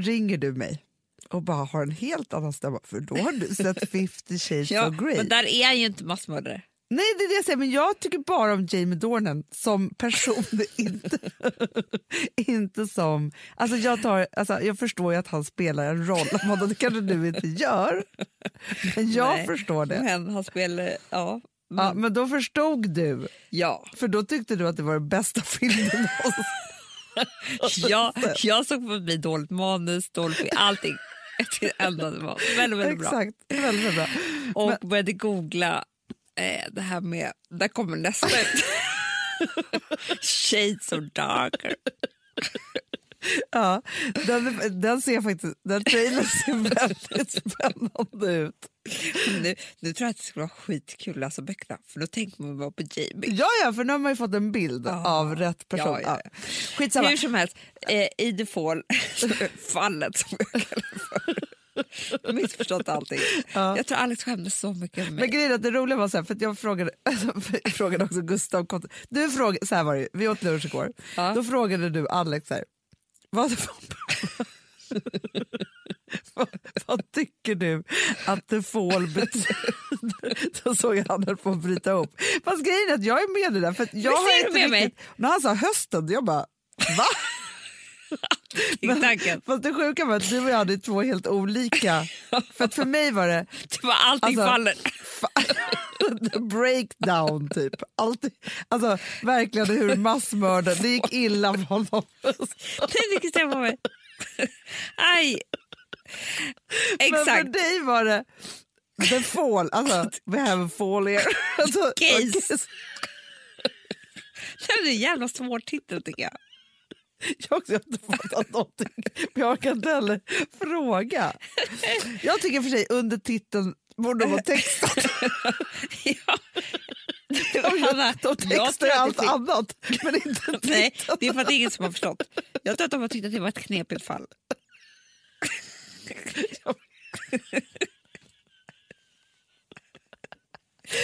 Speaker 1: ringer du mig och bara har en helt annan stämma för då har du sett 50 shades
Speaker 2: Ja,
Speaker 1: of Grey.
Speaker 2: men där är han ju inte massmördare.
Speaker 1: Nej, det är det jag säger, men jag tycker bara om Jamie Dornan som person. inte, inte som... Alltså jag, tar, alltså jag förstår ju att han spelar en roll, Amanda, det kanske du inte gör. Men jag
Speaker 2: Nej.
Speaker 1: förstår det.
Speaker 2: Men han spelar... Ja.
Speaker 1: Ja, men då förstod du,
Speaker 2: Ja.
Speaker 1: för då tyckte du att det var den bästa filmen någonsin.
Speaker 2: Jag, jag såg förbi dåligt manus, dåligt allting. Jag tyckte ändå det var väldigt, väldigt bra.
Speaker 1: Exakt, väldigt, väldigt bra.
Speaker 2: Och började googla eh, det här med... Där kommer nästa ut. Shades of darker.
Speaker 1: Ja, den, den ser faktiskt, den trailern ser väldigt spännande ut.
Speaker 2: Nu, nu tror jag att det skulle vara skitkul att läsa böckerna, för då tänker man bara på Jamie.
Speaker 1: Ja, ja, för nu har man ju fått en bild av rätt person.
Speaker 2: Ah, Ja, ja,
Speaker 1: Ja. Skitsamma.
Speaker 2: Hur som helst, eh, i The Fall, fallet som jag kallar det för. Missförstått allting. Jag tror Alex skämdes så mycket med
Speaker 1: Men
Speaker 2: mig.
Speaker 1: grejen är att det roliga var så här, för att jag frågade, jag frågade också Gustav Konte. Du frågade, så här var det ju, vi åt lunch igår.
Speaker 2: Ja.
Speaker 1: Då frågade du Alex så här, vad, vad, vad tycker du att the fall betyder? Då såg jag han höll på att bryta upp. Fast grejen är att jag är med i det där. För att jag
Speaker 2: Visst är
Speaker 1: har
Speaker 2: du
Speaker 1: inte
Speaker 2: med mig?
Speaker 1: riktigt, När han sa hösten, jag bara, va?
Speaker 2: Men, tanken.
Speaker 1: Fast det sjuka var att du och jag hade två helt olika. För att för mig var det
Speaker 2: Det var allting
Speaker 1: Alltså,
Speaker 2: faller.
Speaker 1: Fa-
Speaker 3: breakdown typ. Allt, alltså verkligen hur massmördaren, det gick illa för honom.
Speaker 2: Nej, vilket stämmer på mig. Aj!
Speaker 3: Men för
Speaker 2: Exakt.
Speaker 3: dig var det the fall, alltså we have a fall here. Alltså,
Speaker 2: Case. Det är en jävla svår titel tycker jag.
Speaker 3: Jag har också inte fattat någonting, men jag kan inte heller fråga. Jag tycker för sig under titeln borde de ha textat.
Speaker 2: Ja. Hanna, jag
Speaker 3: De
Speaker 2: tror att
Speaker 3: textar
Speaker 2: det
Speaker 3: ju allt
Speaker 2: fin-
Speaker 3: annat, men inte
Speaker 2: Nej,
Speaker 3: titeln.
Speaker 2: det är för att det är ingen som har förstått. Jag tror att de har tyckt att det var ett knepigt fall.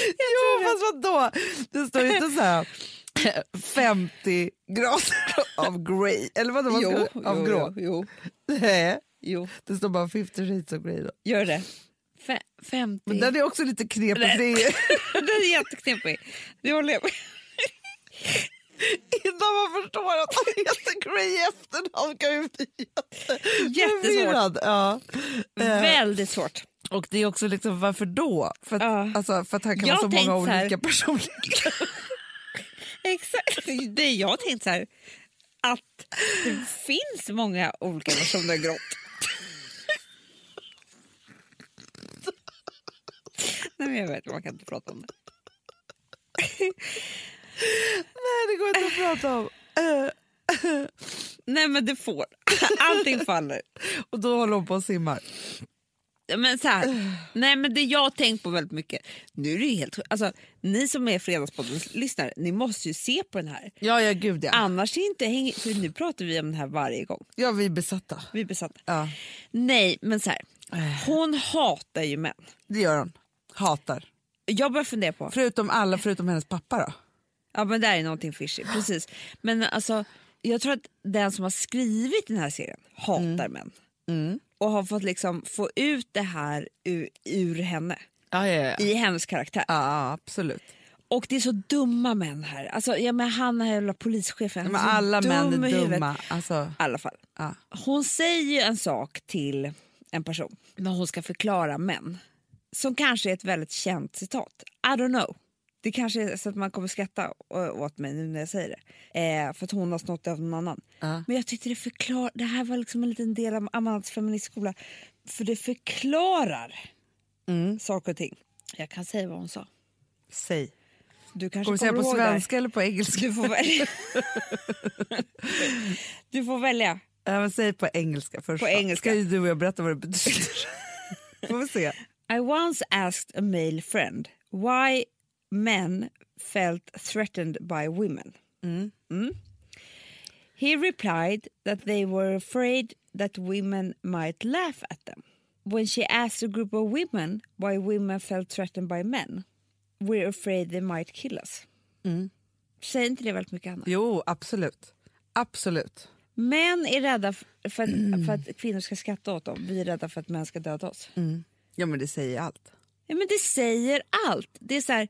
Speaker 3: Jo, fast vadå? Det står ju inte så här 50 grader av grey, eller vad det var, av grå.
Speaker 2: jo,
Speaker 3: Nej,
Speaker 2: jo.
Speaker 3: det står bara 50 shades of grey. Då.
Speaker 2: Gör det. Fe- 50.
Speaker 3: Men den är också lite knepig,
Speaker 2: Nej.
Speaker 3: för det är,
Speaker 2: Den är jätteknepig. Det håller jag med.
Speaker 3: innan man förstår att han heter grey i efternamn kan ju bli jätte-
Speaker 2: Jättesvårt.
Speaker 3: förvirrad. Ja. Eh,
Speaker 2: Väldigt svårt.
Speaker 3: Och det är också liksom, varför då? För att,
Speaker 2: Ja.
Speaker 3: alltså, för att han kan
Speaker 2: Jag
Speaker 3: ha så
Speaker 2: tänkte
Speaker 3: många
Speaker 2: så här-
Speaker 3: olika personligheter.
Speaker 2: Exakt. Det jag har tänkt så här, att det finns många olika personer i grått. Nej, men jag vet, man kan inte prata om det.
Speaker 3: Nej, det går inte att prata om. Eh,
Speaker 2: Nej, men det får. Allting faller.
Speaker 3: Och då håller hon på och simmar.
Speaker 2: Men så här, nej men det jag har tänkt på väldigt mycket, nu är det ju helt alltså, ni som är Fredagspoddens lyssnare, ni måste ju se på den här.
Speaker 3: Ja, ja, gud ja.
Speaker 2: Annars är inte häng, för nu pratar vi om den här varje gång.
Speaker 3: Ja, vi är besatta.
Speaker 2: Vi är besatta.
Speaker 3: Ja,
Speaker 2: Nej, men så här, hon hatar ju män.
Speaker 3: det gör hon. Hatar.
Speaker 2: Jag börjar fundera på,
Speaker 3: Förutom alla, förutom hennes pappa då.
Speaker 2: ja men där är någonting fishy, precis. Men alltså, jag tror att den som har skrivit den här serien hatar män. Och har fått liksom få ut det här ur, ur henne,
Speaker 3: Ja, ja, ja.
Speaker 2: i hennes karaktär.
Speaker 3: ja absolut.
Speaker 2: Och det är så dumma män här. Alltså, ja, men han är jävla polischefen. Han
Speaker 3: Men
Speaker 2: så
Speaker 3: alla
Speaker 2: dum
Speaker 3: män
Speaker 2: i
Speaker 3: är
Speaker 2: huvudet.
Speaker 3: dumma. Alltså,
Speaker 2: I alla fall.
Speaker 3: ja.
Speaker 2: Hon säger ju en sak till en person när hon ska förklara män. Som kanske är ett väldigt känt citat. I don't know. Det kanske är så att man kommer skratta å- åt mig nu när jag säger det. Eh, för att hon har snott det av någon annan.
Speaker 3: Ja.
Speaker 2: Men jag tyckte det förklarar. Det här var liksom en liten del av Amandas feministskola. För det förklarar
Speaker 3: Mm.
Speaker 2: saker och ting. Jag kan säga vad hon sa.
Speaker 3: Säg.
Speaker 2: Du kanske
Speaker 3: Kommer du säga på
Speaker 2: ihåg det här.
Speaker 3: svenska eller på engelska?
Speaker 2: Du får välja. du får välja.
Speaker 3: Ja, men säg på engelska först.
Speaker 2: På
Speaker 3: då.
Speaker 2: engelska.
Speaker 3: Ska ju du och jag berätta vad det betyder. Får vi se.
Speaker 2: I once asked a male friend why men felt threatened by women. Mm. He replied that they were afraid that women might laugh at them. When she asked a group of women why women felt threatened by men, we're afraid they might kill us. Säger inte det väldigt mycket annat?
Speaker 3: Jo, absolut. Absolut.
Speaker 2: Män är rädda f- för att, för att kvinnor ska skratta åt dem. Vi är rädda för att män ska döda oss.
Speaker 3: Ja, men det säger allt.
Speaker 2: Ja, men det säger allt. Det, är så här,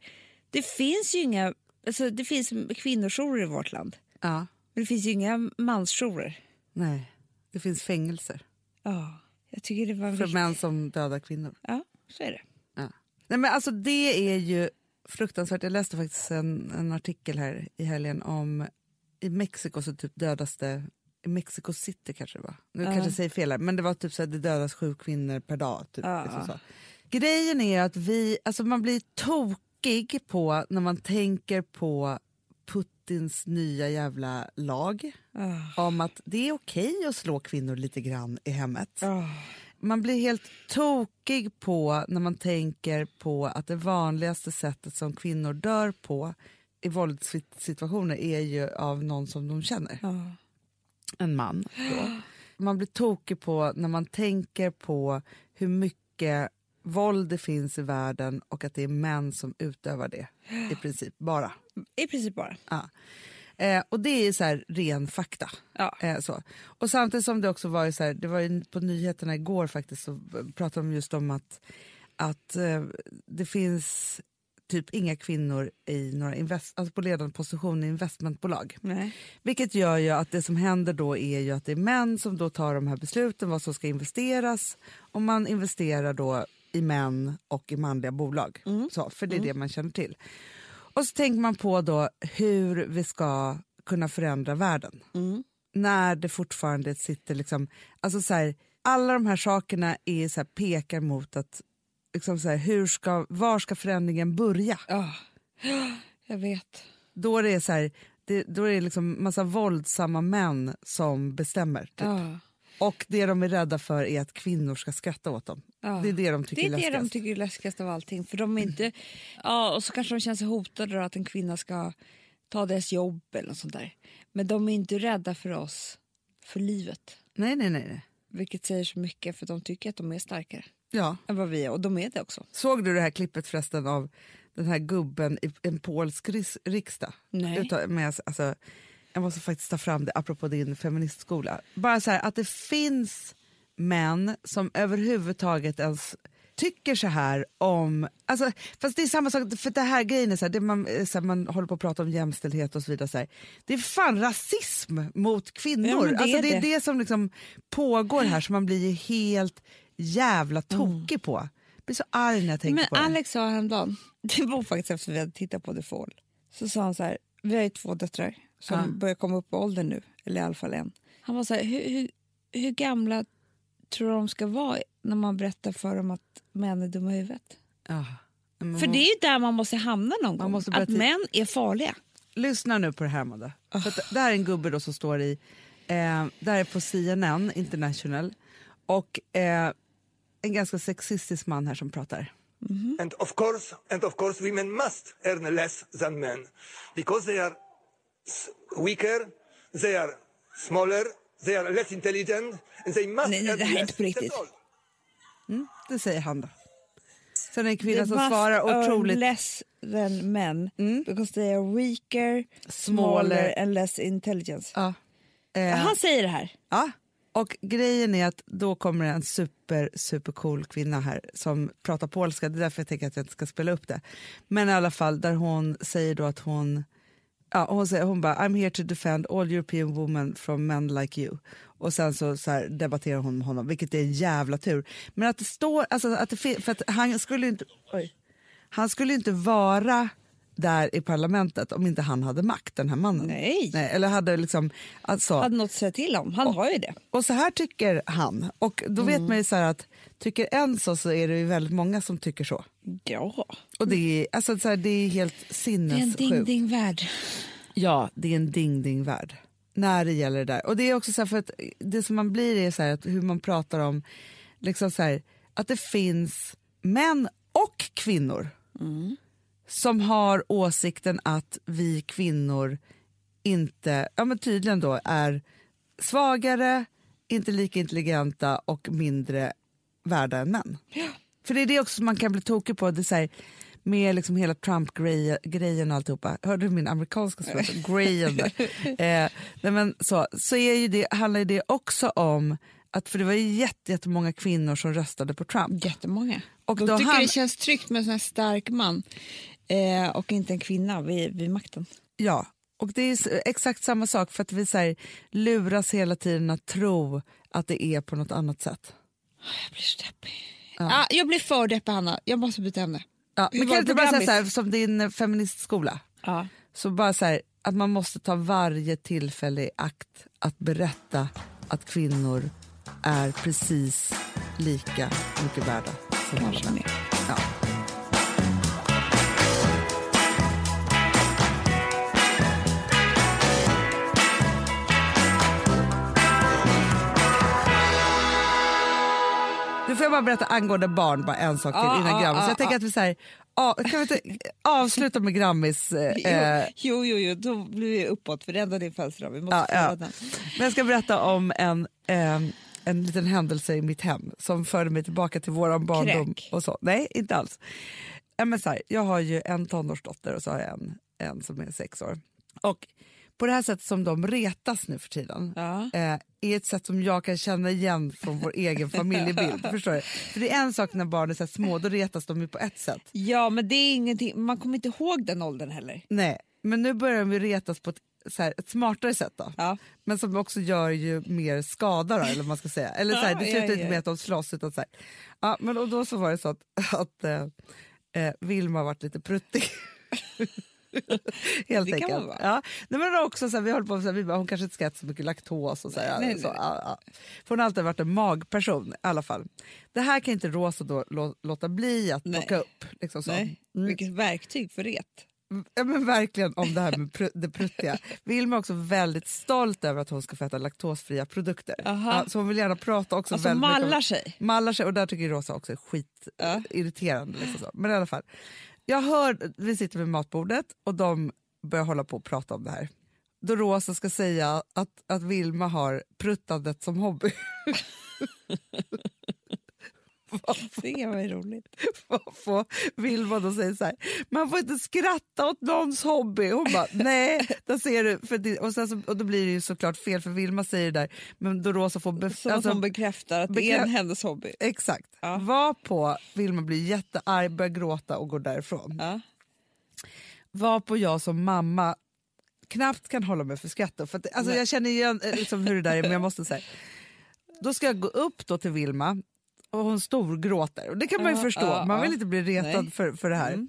Speaker 2: det finns ju inga... Alltså, det finns kvinnojourer i vårt land,
Speaker 3: Ja.
Speaker 2: men det finns ju inga mansjourer.
Speaker 3: Nej, det finns fängelser
Speaker 2: Ja, jag tycker det var
Speaker 3: för
Speaker 2: viktigt.
Speaker 3: män som dödar kvinnor.
Speaker 2: Ja, så är det.
Speaker 3: Ja. Nej, men alltså, det är ju fruktansvärt. Jag läste faktiskt en, en artikel här i helgen om i Mexiko så typ dödas det i Mexico City kanske det var. Nu kanske jag säger fel här, men det var typ så här, det dödas sju kvinnor per dag. Typ,
Speaker 2: Ja.
Speaker 3: liksom så. Grejen är att vi, alltså man blir tokig på när man tänker på Putins nya jävla lag
Speaker 2: Ja.
Speaker 3: om att det är okej att slå kvinnor lite grann i hemmet.
Speaker 2: Ja.
Speaker 3: Man blir helt tokig på när man tänker på att det vanligaste sättet som kvinnor dör på i våldssituationer är ju av någon som de känner,
Speaker 2: Ja.
Speaker 3: en man. Då. Man blir tokig på när man tänker på hur mycket våld det finns i världen och att det är män som utövar det i princip bara.
Speaker 2: I princip bara.
Speaker 3: Ja. Eh, och det är ju så här ren fakta.
Speaker 2: Ja.
Speaker 3: Eh, så. Och samtidigt som det också var ju så här, det var ju på nyheterna igår faktiskt så pratade de just om att, att eh, det finns typ inga kvinnor i några invest, alltså på ledande position i investmentbolag.
Speaker 2: Nej.
Speaker 3: Vilket gör ju att det som händer då är ju att det är män som då tar de här besluten vad som ska investeras och man investerar då i män och i manliga bolag. Så, för det är det man känner till. Och så tänker man på då hur vi ska kunna förändra världen. När det fortfarande sitter liksom... Alltså så här, alla de här sakerna är så här, pekar mot att... Liksom så här, hur ska, var ska förändringen börja?
Speaker 2: Ja, jag vet.
Speaker 3: Då är det så här, det, då är det liksom massa våldsamma män som bestämmer. Typ.
Speaker 2: Ja.
Speaker 3: Och det de är rädda för är att kvinnor ska skratta åt dem.
Speaker 2: Ja.
Speaker 3: Det är det de tycker
Speaker 2: det är det de
Speaker 3: läskigast. Mm.
Speaker 2: tycker är läskigast av allting. För de är inte, ja, och så kanske de känner sig hotade då, att en kvinna ska ta deras jobb eller något sånt där. Men de är inte rädda för oss, för livet.
Speaker 3: Nej, nej, nej. nej.
Speaker 2: Vilket säger så mycket för de tycker att de är starkare
Speaker 3: Ja.
Speaker 2: än vad vi är. Och de är det också.
Speaker 3: Såg du det här klippet förresten av den här gubben i en polsk ris- riksdag?
Speaker 2: Nej.
Speaker 3: Utav, men jag, alltså, jag måste faktiskt ta fram det apropå din feministskola. Bara så här, att det finns män som överhuvudtaget ens tycker så här om... Alltså, fast det är samma sak, för det här grejen är så här, det man, eh, så här, man håller på att prata om jämställdhet och så vidare. Så här. Det är fan rasism mot kvinnor.
Speaker 2: Ja, men det
Speaker 3: alltså,
Speaker 2: är
Speaker 3: det är
Speaker 2: det.
Speaker 3: det som liksom pågår här som man blir ju helt jävla tokig på. Jag blir så arg när jag tänker
Speaker 2: Mm. Men
Speaker 3: på det.
Speaker 2: Alex sa häromdagen, det var faktiskt efter vi hade tittat på The Fall, så sa han så här, vi har ju två döttrar som
Speaker 3: Ja.
Speaker 2: börjar komma upp i åldern nu, eller i alla fall en. Han var så här, hur, hur, hur gamla tror du de ska vara när man berättar för dem att män är dumma i huvudet?
Speaker 3: Ja. Men
Speaker 2: För
Speaker 3: hon-
Speaker 2: det är ju där man måste hamna någon gång,
Speaker 3: Mm. måste börja
Speaker 2: att
Speaker 3: ti-
Speaker 2: män är farliga.
Speaker 3: Lyssna nu på det här, Amanda. För att det här är en gubbe då som står i... Eh, det här är på CNN International. Och eh, en ganska sexistisk man här som pratar.
Speaker 4: And of course, and of course, women must earn less than men because they are s- weaker, they are smaller, they are less intelligent, and they must
Speaker 2: Nej, nej,
Speaker 4: earn
Speaker 2: det här är
Speaker 4: less.
Speaker 2: inte på riktigt.
Speaker 4: That's all.
Speaker 3: Det säger han då. Sen är det en kvinna
Speaker 2: They
Speaker 3: som
Speaker 2: must
Speaker 3: svarar
Speaker 2: earn
Speaker 3: otroligt... Mm.
Speaker 2: less than men, because they are weaker, smaller,
Speaker 3: Smaller.
Speaker 2: and less intelligence.
Speaker 3: Ja.
Speaker 2: Ja,
Speaker 3: Eh,
Speaker 2: Han säger det här.
Speaker 3: Ja. Och grejen är att då kommer en super, super cool kvinna här som pratar polska. Det är därför jag tänker att jag inte ska spela upp det. Men i alla fall, där hon säger då att hon... Ja, hon säger hon bara I'm here to defend all European women from men like you. Och sen så, så här, debatterar hon med honom, vilket är en jävla tur. Men att det står, alltså att det fin- för att han skulle ju inte, oj, han skulle ju inte vara där i parlamentet om inte han hade makt, den här mannen.
Speaker 2: Nej.
Speaker 3: eller hade liksom, alltså,
Speaker 2: hade något att säga till om. Han har ju det.
Speaker 3: och så här tycker han. Och då vet man ju så här att tycker en så, så är det ju väldigt många som tycker så.
Speaker 2: Ja.
Speaker 3: Och det är, alltså, så här, det är helt sinnessjukt.
Speaker 2: värld.
Speaker 3: Ja, det är en ding-ding-värld när det gäller det där. Och det är också så här för att det som man blir är så här att hur man pratar om liksom så här, att det finns män och kvinnor som har åsikten att vi kvinnor inte, ja men tydligen då är svagare, inte lika intelligenta och mindre värda än män. För det är det också man kan bli tokig på. Det är så här, med liksom hela Trump-grejen och alltihopa. Hörde du min amerikanska språk? Grejen där. Eh, nej men så, så är ju det, handlar ju det också om att för det var ju jätte, jättemånga kvinnor som röstade på Trump.
Speaker 2: Jättemånga.
Speaker 3: Och
Speaker 2: Och
Speaker 3: då
Speaker 2: De tycker
Speaker 3: han-
Speaker 2: det känns tryggt med en sån här stark man eh, och inte en kvinna vid, vid makten.
Speaker 3: Ja, och det är s- exakt samma sak för att vi så här, luras hela tiden att tro att det är på något annat sätt.
Speaker 2: Jag blir så deppig. Ah, jag blir för deppig, Hanna. Jag måste byta ämne.
Speaker 3: Ja,
Speaker 2: Hur
Speaker 3: men kan
Speaker 2: var
Speaker 3: du inte bara säga
Speaker 2: programmet?
Speaker 3: så här, som din eh, feministskola?
Speaker 2: Ja.
Speaker 3: Så bara så här, att man måste ta varje tillfälle i akt att berätta att kvinnor är precis lika mycket värda som alla
Speaker 2: Kanske
Speaker 3: män.
Speaker 2: mer.
Speaker 3: Ja. Nu får jag bara berätta angående barn, bara en sak till
Speaker 2: Ja,
Speaker 3: innan
Speaker 2: ja,
Speaker 3: Grammis.
Speaker 2: ja,
Speaker 3: jag tänker
Speaker 2: ja.
Speaker 3: att vi så här, ja, kan vi inte avsluta med Grammis
Speaker 2: Jo,
Speaker 3: eh,
Speaker 2: jo, jo, jo, då blir vi uppåt för det är ändå din födelsedag. Vi måste
Speaker 3: Ja,
Speaker 2: ja,
Speaker 3: ja. Men jag ska berätta om en, eh, en liten händelse i mitt hem som förde mig tillbaka till våran barndom.
Speaker 2: Kräk.
Speaker 3: Och så. Nej, inte alls. Ja, Men så här, jag har ju en tonårsdotter och så har jag en, en som är sex år. Och på det här sättet som de retas nu för tiden
Speaker 2: Ja.
Speaker 3: eh, är ett sätt som jag kan känna igen från vår egen familjebild. förstår du? För det är en sak när barn är så här små, då retas de ju på ett sätt.
Speaker 2: ja, men det är ingenting. Man kommer inte ihåg den åldern heller.
Speaker 3: Nej, men nu börjar de ju retas på ett så här, ett smartare sätt då.
Speaker 2: Ja.
Speaker 3: Men som också gör ju mer skada då, eller vad man ska säga. Eller så här,
Speaker 2: Ja,
Speaker 3: det
Speaker 2: ja,
Speaker 3: slutar inte
Speaker 2: ja.
Speaker 3: med att de slåss utan så här. Ja, men och då så var det så att, att eh, eh, Vilma varit lite pruttig. Helt
Speaker 2: Det kan
Speaker 3: enkelt.
Speaker 2: man vara.
Speaker 3: Ja. Nej, men också så här, vi håller på och så här, vi bara, hon kanske inte ska äta så mycket laktos och så här.
Speaker 2: Nej, nej,
Speaker 3: så,
Speaker 2: nej.
Speaker 3: Ja, ja. För hon har alltid varit en magperson i alla fall. Det här kan inte Rosa då lå- låta bli att
Speaker 2: Nej.
Speaker 3: plocka upp. Liksom så.
Speaker 2: Nej. Vilket verktyg för ret.
Speaker 3: Ja, men verkligen om det här med pr- det pruttiga. Vilma är också väldigt stolt över att hon ska få äta laktosfria produkter.
Speaker 2: Aha.
Speaker 3: Ja, så hon vill gärna prata också.
Speaker 2: Alltså
Speaker 3: väldigt mycket om-
Speaker 2: mallar sig.
Speaker 3: Mallar sig och där tycker Rosa också är skitirriterande. Liksom så. Men i alla fall. Jag hör, vi sitter vid matbordet och de börjar hålla på och prata om det här. Då Rosa ska säga att, att Vilma har pruttandet som hobby.
Speaker 2: Det var ju roligt.
Speaker 3: få Vilma då säger så här, man får inte skratta åt någons hobby. Hon bara, nej, där ser du. För det, och, sen så, och då blir det ju såklart fel för Vilma säger det där, men då Rosa får... Bef-
Speaker 2: Som att hon bekräftar att det är
Speaker 3: bekrä-
Speaker 2: en hennes hobby.
Speaker 3: exakt.
Speaker 2: Ja.
Speaker 3: Var på Vilma blir jättearg, börjar gråta och går därifrån.
Speaker 2: Ja.
Speaker 3: Var på jag som mamma knappt kan hålla mig för skratt. då, För att, det- alltså, jag känner igen eh, liksom, hur det där är, men jag måste säga. Då ska jag gå upp då till Vilma och hon storgråter. Och det kan man ju
Speaker 2: Ja,
Speaker 3: förstå,
Speaker 2: ja,
Speaker 3: man vill
Speaker 2: ja.
Speaker 3: inte bli retad
Speaker 2: Nej. Mm.
Speaker 3: för, för det här.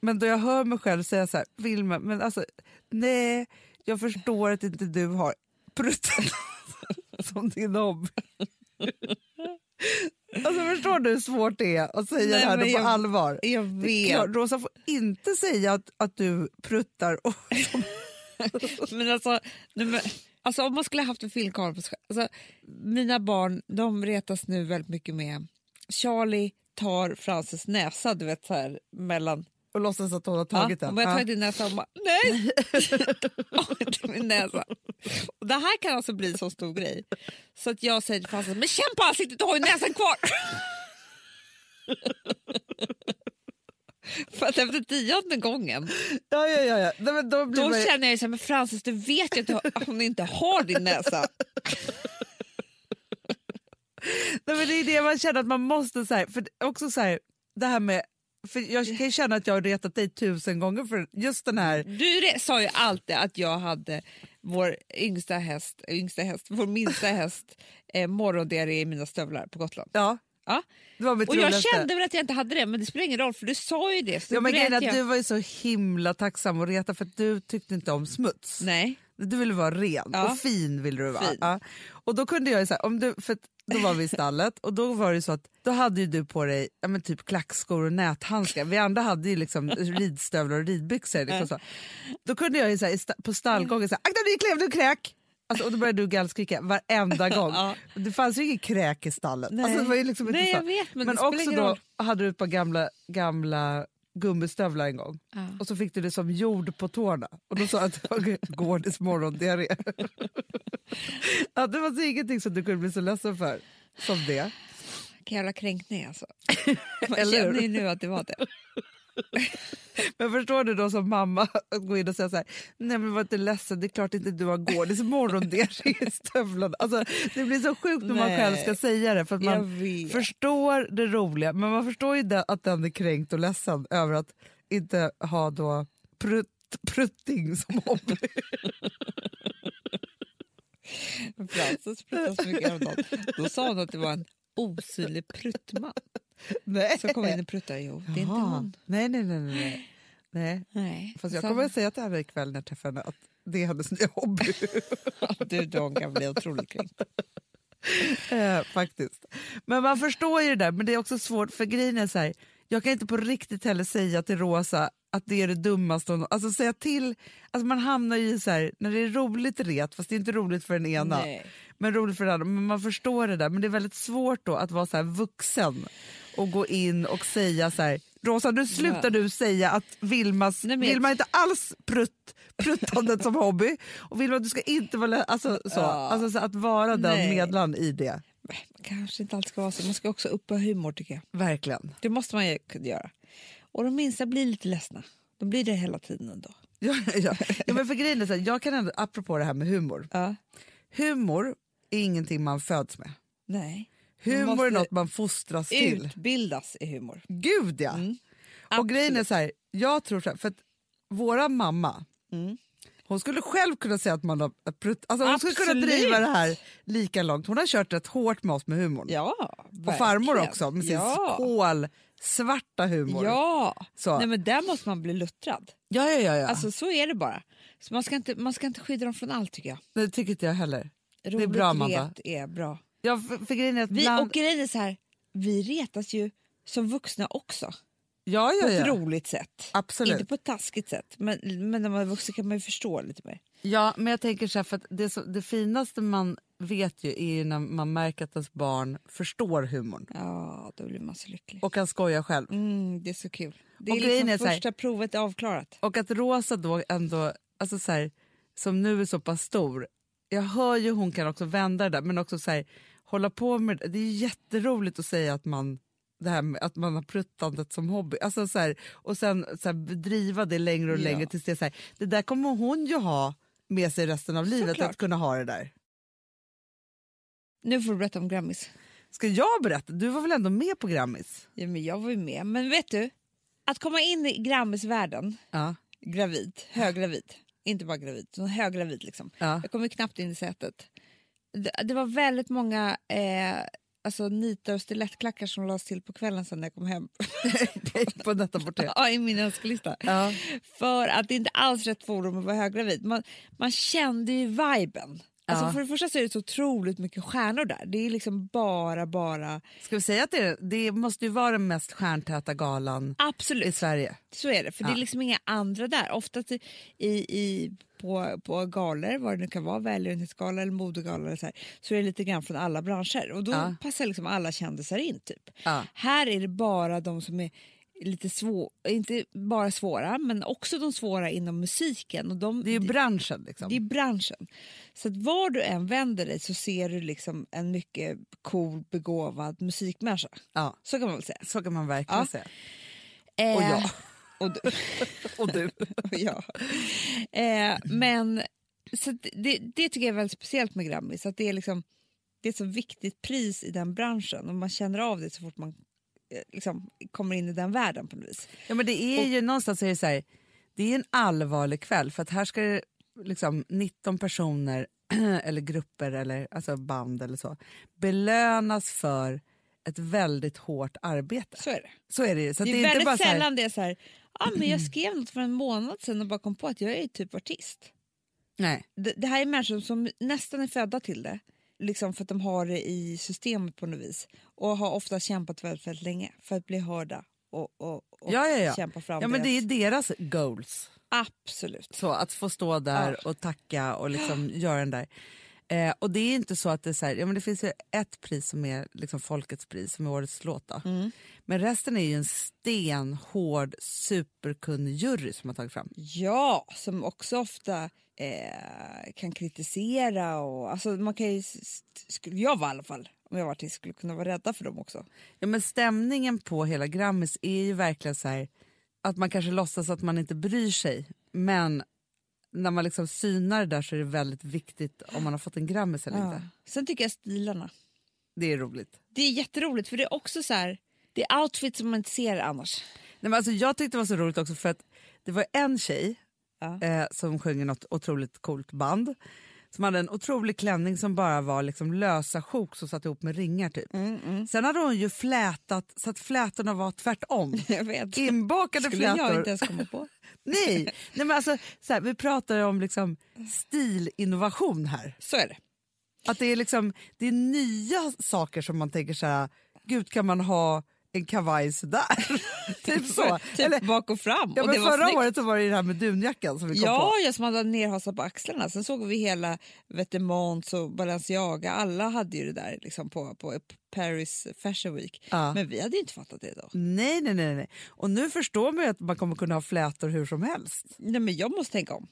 Speaker 3: Men då jag hör mig själv säga så här, Vilma, men alltså, nej, jag förstår att inte du har pruttat som din hobby. alltså förstår du hur svårt det är att säga
Speaker 2: Nej,
Speaker 3: det här då
Speaker 2: men
Speaker 3: på
Speaker 2: jag-
Speaker 3: allvar?
Speaker 2: Jag
Speaker 3: Det är
Speaker 2: vet.
Speaker 3: klart, Rosa får inte säga att, att du pruttar. Och,
Speaker 2: Men alltså, nej men, alltså om man skulle haft en filmkamera på sig själv- alltså, Mina barn de retas nu väldigt mycket med Charlie tar Frances näsa, du vet så här mellan...
Speaker 3: och låtsas att hon har
Speaker 2: Ja,
Speaker 3: tagit den.
Speaker 2: om jag
Speaker 3: Ja.
Speaker 2: tagit din näsa och bara nej! Och inte min näsa. Och det här kan alltså bli en så stor grej. Så att jag säger till Frances, men känn på ansiktet, du har ju näsan kvar! För att efter tionde gången
Speaker 3: Ja, ja, ja, ja. Nej, men då blir
Speaker 2: då
Speaker 3: man... ju-
Speaker 2: känner jag ju så här, men Frances du vet ju att, du, att hon inte har din näsa.
Speaker 3: Nej, men det är det man känner att man måste... Så här, för det- också så här, det här med... För jag kan ju känna att jag har retat dig tusen gånger för just den här...
Speaker 2: Du re- sa ju alltid att jag hade vår yngsta häst, yngsta häst vår minsta häst eh, morgondiarré i mina stövlar på Gotland.
Speaker 3: Ja,
Speaker 2: Ja.
Speaker 3: det var mitt
Speaker 2: Och jag
Speaker 3: roligaste.
Speaker 2: kände väl att jag inte hade det, men det spelar ingen roll för du sa ju det. Så
Speaker 3: Ja, men
Speaker 2: grät
Speaker 3: grejen är att
Speaker 2: jag.
Speaker 3: du var ju så himla tacksam att reta för att du tyckte inte om smuts.
Speaker 2: Nej.
Speaker 3: Du ville vara ren
Speaker 2: Ja.
Speaker 3: och fin ville du vara.
Speaker 2: Fin.
Speaker 3: Ja. Och då kunde jag ju så här, om du, för att då var vi i stallet och då var det ju så att då hade ju du på dig ja, men typ klackskor och näthandskar. Vi andra hade ju liksom ridstövlar och ridbyxor. Liksom så. Då kunde jag ju så här, i sta- på stallgången säga akta du klev, du kräk! Alltså, och då började du gallskrika varenda gång.
Speaker 2: Ja.
Speaker 3: Det fanns ju ingen kräk i stallet.
Speaker 2: Nej.
Speaker 3: Alltså, det var ju liksom inte
Speaker 2: Nej,
Speaker 3: så.
Speaker 2: jag vet, men det spelar
Speaker 3: också
Speaker 2: ingen
Speaker 3: då
Speaker 2: roll.
Speaker 3: hade du ett par gamla, gamla gummistövlar en gång
Speaker 2: Ja.
Speaker 3: och så fick du det som jord på tårna och då sa jag att det var gårdis morgondiarré. ja, det var alltså ingenting som du kunde bli så ledsen för som det.
Speaker 2: Vilken jävla kränkning alltså.
Speaker 3: Eller
Speaker 2: Jag
Speaker 3: hur?
Speaker 2: känner ju nu att det var det.
Speaker 3: Men förstår du då som mamma att gå in och säga så här, nej men var inte ledsen, det är klart inte du har gårdis morgondiarré i stövlarna. Alltså, det blir så sjukt när man
Speaker 2: Nej.
Speaker 3: själv ska säga det för att
Speaker 2: Jag
Speaker 3: man
Speaker 2: vet.
Speaker 3: förstår det roliga men man förstår ju det, att den är kränkt och ledsen över att inte ha då prutt, prutting som hobby.
Speaker 2: Frances pruttade så mycket häromdagen. Då sa hon att det var en osynlig pruttman
Speaker 3: nej.
Speaker 2: som kom in och pruttade. Jo, det är inte
Speaker 3: Jaha.
Speaker 2: hon.
Speaker 3: Nej, nej, nej. nej, nej. nej.
Speaker 2: Nej.
Speaker 3: Fast jag
Speaker 2: Så-
Speaker 3: kommer att säga till henne ikväll när jag träffar henne att det är hennes nya hobby.
Speaker 2: Du, de kan bli otroligt kränkt.
Speaker 3: Eh, Faktiskt. Men man förstår ju det där, men det är också svårt för grejen är så här, jag kan inte på riktigt heller säga till Rosa att det är det dummaste hon... Alltså säga till, alltså man hamnar ju i så här, när det är roligt ret, fast det är inte roligt för den ena,
Speaker 2: Nej.
Speaker 3: men roligt för den andra, men man förstår det där, men det är väldigt svårt då att vara så här vuxen och gå in och säga så här, Rosa nu slutar
Speaker 2: Ja.
Speaker 3: du säga att Vilmas,
Speaker 2: Nej, men-
Speaker 3: Vilma har inte alls prutt, pruttandet som hobby och Vilma du ska inte vara, lä- alltså så,
Speaker 2: Ja.
Speaker 3: alltså så att vara den
Speaker 2: Nej.
Speaker 3: medlaren i det.
Speaker 2: Men Man kanske inte alltid ska vara så. Man ska också uppa humor tycker jag.
Speaker 3: Verkligen.
Speaker 2: Det måste man ju kunna göra. Och de minsta blir lite ledsna. De blir det hela tiden ändå.
Speaker 3: Ja, ja. Ja, men för grejen är så här, jag kan ändå, apropå det här med humor.
Speaker 2: Ja.
Speaker 3: Humor är ingenting man föds med.
Speaker 2: Nej.
Speaker 3: Humor
Speaker 2: måste
Speaker 3: är något man fostras till.
Speaker 2: Utbildas i humor.
Speaker 3: Gud
Speaker 2: Mm. Mm.
Speaker 3: ja! Och grejen är så här, jag tror så här, för att våra mamma Hon skulle själv kunna säga att man har prutt, alltså hon skulle kunna
Speaker 2: Absolut.
Speaker 3: driva det här lika långt. Hon har kört rätt hårt med oss med humorn.
Speaker 2: Ja,
Speaker 3: Och farmor
Speaker 2: verkligen.
Speaker 3: också med sin
Speaker 2: ja.
Speaker 3: kolsvarta humor.
Speaker 2: Ja,
Speaker 3: Så.
Speaker 2: Nej, men där måste man bli luttrad.
Speaker 3: ja, ja. ja, ja.
Speaker 2: Alltså så är det bara. Så man, ska inte, man ska inte skydda dem från allt tycker jag.
Speaker 3: det tycker inte jag heller.
Speaker 2: Roligt
Speaker 3: det är bra Amanda.
Speaker 2: ret är bra.
Speaker 3: Jag f- för grejen är att
Speaker 2: Vi,
Speaker 3: bland...
Speaker 2: Och grejen är så här, vi retas ju som vuxna också.
Speaker 3: ja, ja,
Speaker 2: På ett
Speaker 3: ja.
Speaker 2: roligt sätt.
Speaker 3: Absolut.
Speaker 2: Inte på ett taskigt sätt. Men, men när man är vuxen kan man ju förstå lite mer.
Speaker 3: Ja, men jag tänker så här, för att det, så, det finaste man vet ju är ju när man märker att ens barn förstår humorn
Speaker 2: Ja, då blir man så lycklig.
Speaker 3: och kan skoja själv.
Speaker 2: Mm, det är så kul. Det
Speaker 3: Och
Speaker 2: är
Speaker 3: grejen
Speaker 2: liksom
Speaker 3: är så här-
Speaker 2: första provet är avklarat.
Speaker 3: Och att Rosa då ändå, alltså så här, som nu är så pass stor, jag hör ju hon kan också vända det där, men också så här, hålla på med det. Det är jätteroligt att säga att man det här med att man har pruttandet som hobby. Alltså så här, och sen så här, driva det längre och
Speaker 2: Ja.
Speaker 3: längre tills det är så här, det där kommer hon ju ha med sig resten av livet
Speaker 2: Såklart.
Speaker 3: att kunna ha det där.
Speaker 2: Nu får du berätta om Grammis.
Speaker 3: Ska jag berätta? Du var väl ändå med på Grammis?
Speaker 2: Ja, men jag var ju med. Men vet du, att komma in i Grammisvärlden,
Speaker 3: Ja.
Speaker 2: gravid, höggravid, inte bara gravid, utan höggravid liksom.
Speaker 3: Ja.
Speaker 2: Jag kom ju knappt in i sätet. Det, det var väldigt många eh, alltså, nitar och stilettklackar som lades till på kvällen sen när jag kom hem.
Speaker 3: på detta bortre.
Speaker 2: Ja, I min önskelista.
Speaker 3: Ja.
Speaker 2: För att det inte alls är rätt forum att vara höggravid. Man, man kände ju viben. Alltså
Speaker 3: Ja.
Speaker 2: För det första så är det så otroligt mycket stjärnor där. Det är liksom bara, bara...
Speaker 3: Ska vi säga att det, det måste ju vara den mest stjärntäta galan i
Speaker 2: Absolut,
Speaker 3: Sverige?
Speaker 2: så är det. För det
Speaker 3: Ja.
Speaker 2: är liksom inga andra där. Ofta i, i, på, på galor, vad det nu kan vara, välgörenhetsgala eller modegala eller så, här, så är det lite grann från alla branscher. Och då
Speaker 3: Ja.
Speaker 2: passar liksom alla kändisar in typ.
Speaker 3: Ja.
Speaker 2: Här är det bara de som är lite svåra, inte bara svåra, men också de svåra inom musiken. Och de,
Speaker 3: Det är ju branschen. Liksom.
Speaker 2: Det är branschen. Så att var du än vänder dig så ser du liksom en mycket cool, begåvad musikmänniska.
Speaker 3: ja.
Speaker 2: Så kan man väl säga.
Speaker 3: Så kan man verkligen
Speaker 2: Ja.
Speaker 3: säga.
Speaker 2: Eh,
Speaker 3: Och jag.
Speaker 2: Och du.
Speaker 3: Och du.
Speaker 2: och jag. Eh, men så att det, det tycker jag är väldigt speciellt med Grammis. Att det, är liksom, det är ett så viktigt pris i den branschen och man känner av det så fort man eh, liksom, kommer in i den världen på något vis.
Speaker 3: Ja, men det är ju någonstans är det så här, det är en allvarlig kväll för att här ska det liksom 19 personer eller grupper eller alltså band eller så belönas för ett väldigt hårt arbete.
Speaker 2: Så är det.
Speaker 3: Så är det ju. Så att
Speaker 2: det är,
Speaker 3: inte
Speaker 2: väldigt
Speaker 3: bara så här-
Speaker 2: sällan det är så här, ah, men jag skrev något för en månad sedan och bara kom på att jag är typ artist.
Speaker 3: nej.
Speaker 2: det, det här är människor som nästan är födda till det. Liksom för att de har det i systemet på något vis. Och har ofta kämpat väldigt, väldigt länge för att bli hörda och, och, och
Speaker 3: Ja, ja, ja.
Speaker 2: kämpa fram
Speaker 3: Ja, men det är
Speaker 2: deras-
Speaker 3: ju deras goals.
Speaker 2: Absolut.
Speaker 3: Så att få stå där och tacka och liksom göra den där. Eh, och det är inte så att det är så här, ja, men det finns ju ett pris som är liksom folkets pris som är årets låt då. Men resten är ju en stenhård superkunnig jury som har tagit fram.
Speaker 2: Ja, som också ofta eh, kan kritisera och... Alltså man kan ju... s- s- Skulle jag vara i alla fall, om jag var artist, skulle kunna vara rädda för dem också.
Speaker 3: Ja, men stämningen på hela Grammis är ju verkligen så här att man kanske låtsas att man inte bryr sig men när man liksom synar det där så är det väldigt viktigt om man har fått en Grammis eller
Speaker 2: Ja.
Speaker 3: inte.
Speaker 2: Sen tycker jag stilarna.
Speaker 3: Det är roligt.
Speaker 2: Det är jätteroligt för det är också så här... Det är outfits som man inte ser annars.
Speaker 3: Nej, men alltså, jag tyckte det var så roligt också för att det var en tjej
Speaker 2: Ja.
Speaker 3: eh, som sjöng i något otroligt coolt band som hade en otrolig klänning som bara var liksom lösa sjok som satt ihop med ringar typ.
Speaker 2: Mm,
Speaker 3: Sen hade hon ju flätat så att flätorna var tvärtom.
Speaker 2: Jag vet.
Speaker 3: Inbakade
Speaker 2: skulle jag
Speaker 3: flätor.
Speaker 2: inte ens komma på.
Speaker 3: Nej, Nej men alltså, så här, vi pratar om liksom stilinnovation här.
Speaker 2: Så är det.
Speaker 3: Att det är liksom det är nya saker som man tänker så här, gud kan man ha en kavaj sådär? typ så.
Speaker 2: Typ
Speaker 3: Eller,
Speaker 2: bak och fram.
Speaker 3: Ja,
Speaker 2: och
Speaker 3: men
Speaker 2: det var
Speaker 3: förra
Speaker 2: snyggt.
Speaker 3: året så var det ju det här med dunjackan som vi kom
Speaker 2: Ja,
Speaker 3: på.
Speaker 2: jag som hade nerhasat på axlarna. Sen såg vi hela Vetements och Balenciaga. Alla hade ju det där liksom på, på Paris Fashion Week.
Speaker 3: Ja.
Speaker 2: Men vi hade ju inte fattat det då.
Speaker 3: Nej, nej, nej. nej. Och nu förstår man ju att man kommer kunna ha flätor hur som helst.
Speaker 2: Nej, men jag måste tänka om.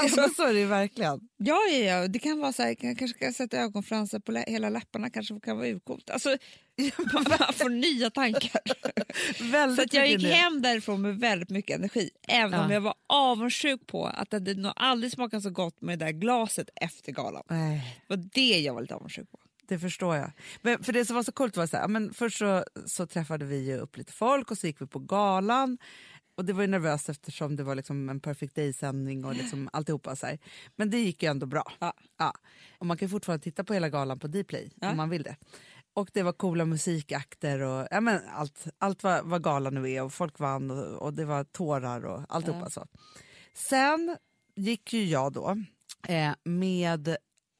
Speaker 3: Alltså, så är det ju verkligen.
Speaker 2: Ja, ja, ja. Det kan vara så här, jag kanske kan sätta ögonfransar på lä- hela läpparna. kanske kan vara urcoolt. Alltså, man får nya tankar.
Speaker 3: Väldigt
Speaker 2: Så att jag
Speaker 3: mycket
Speaker 2: gick
Speaker 3: nu.
Speaker 2: hem därifrån med väldigt mycket energi. Även om
Speaker 3: Ja.
Speaker 2: jag var avundsjuk på att det hade nog aldrig smakat så gott med det där glaset efter galan.
Speaker 3: Nej,
Speaker 2: Det var det jag var lite avundsjuk på.
Speaker 3: det förstår jag. Men för det som var så coolt var så här, ja, men först så, så träffade vi ju upp lite folk och så gick vi på galan. Och det var ju nervöst eftersom det var liksom en perfect day-sändning och liksom alltihopa. Så här. Men det gick ju ändå bra.
Speaker 2: Ja.
Speaker 3: Och man kan fortfarande titta på hela galan på Dplay om man vill det. Och det var coola musikakter och ja, men allt, allt vad, vad galan nu är och folk vann och, och det var tårar och alltihopa. Så. Sen gick ju jag då eh, med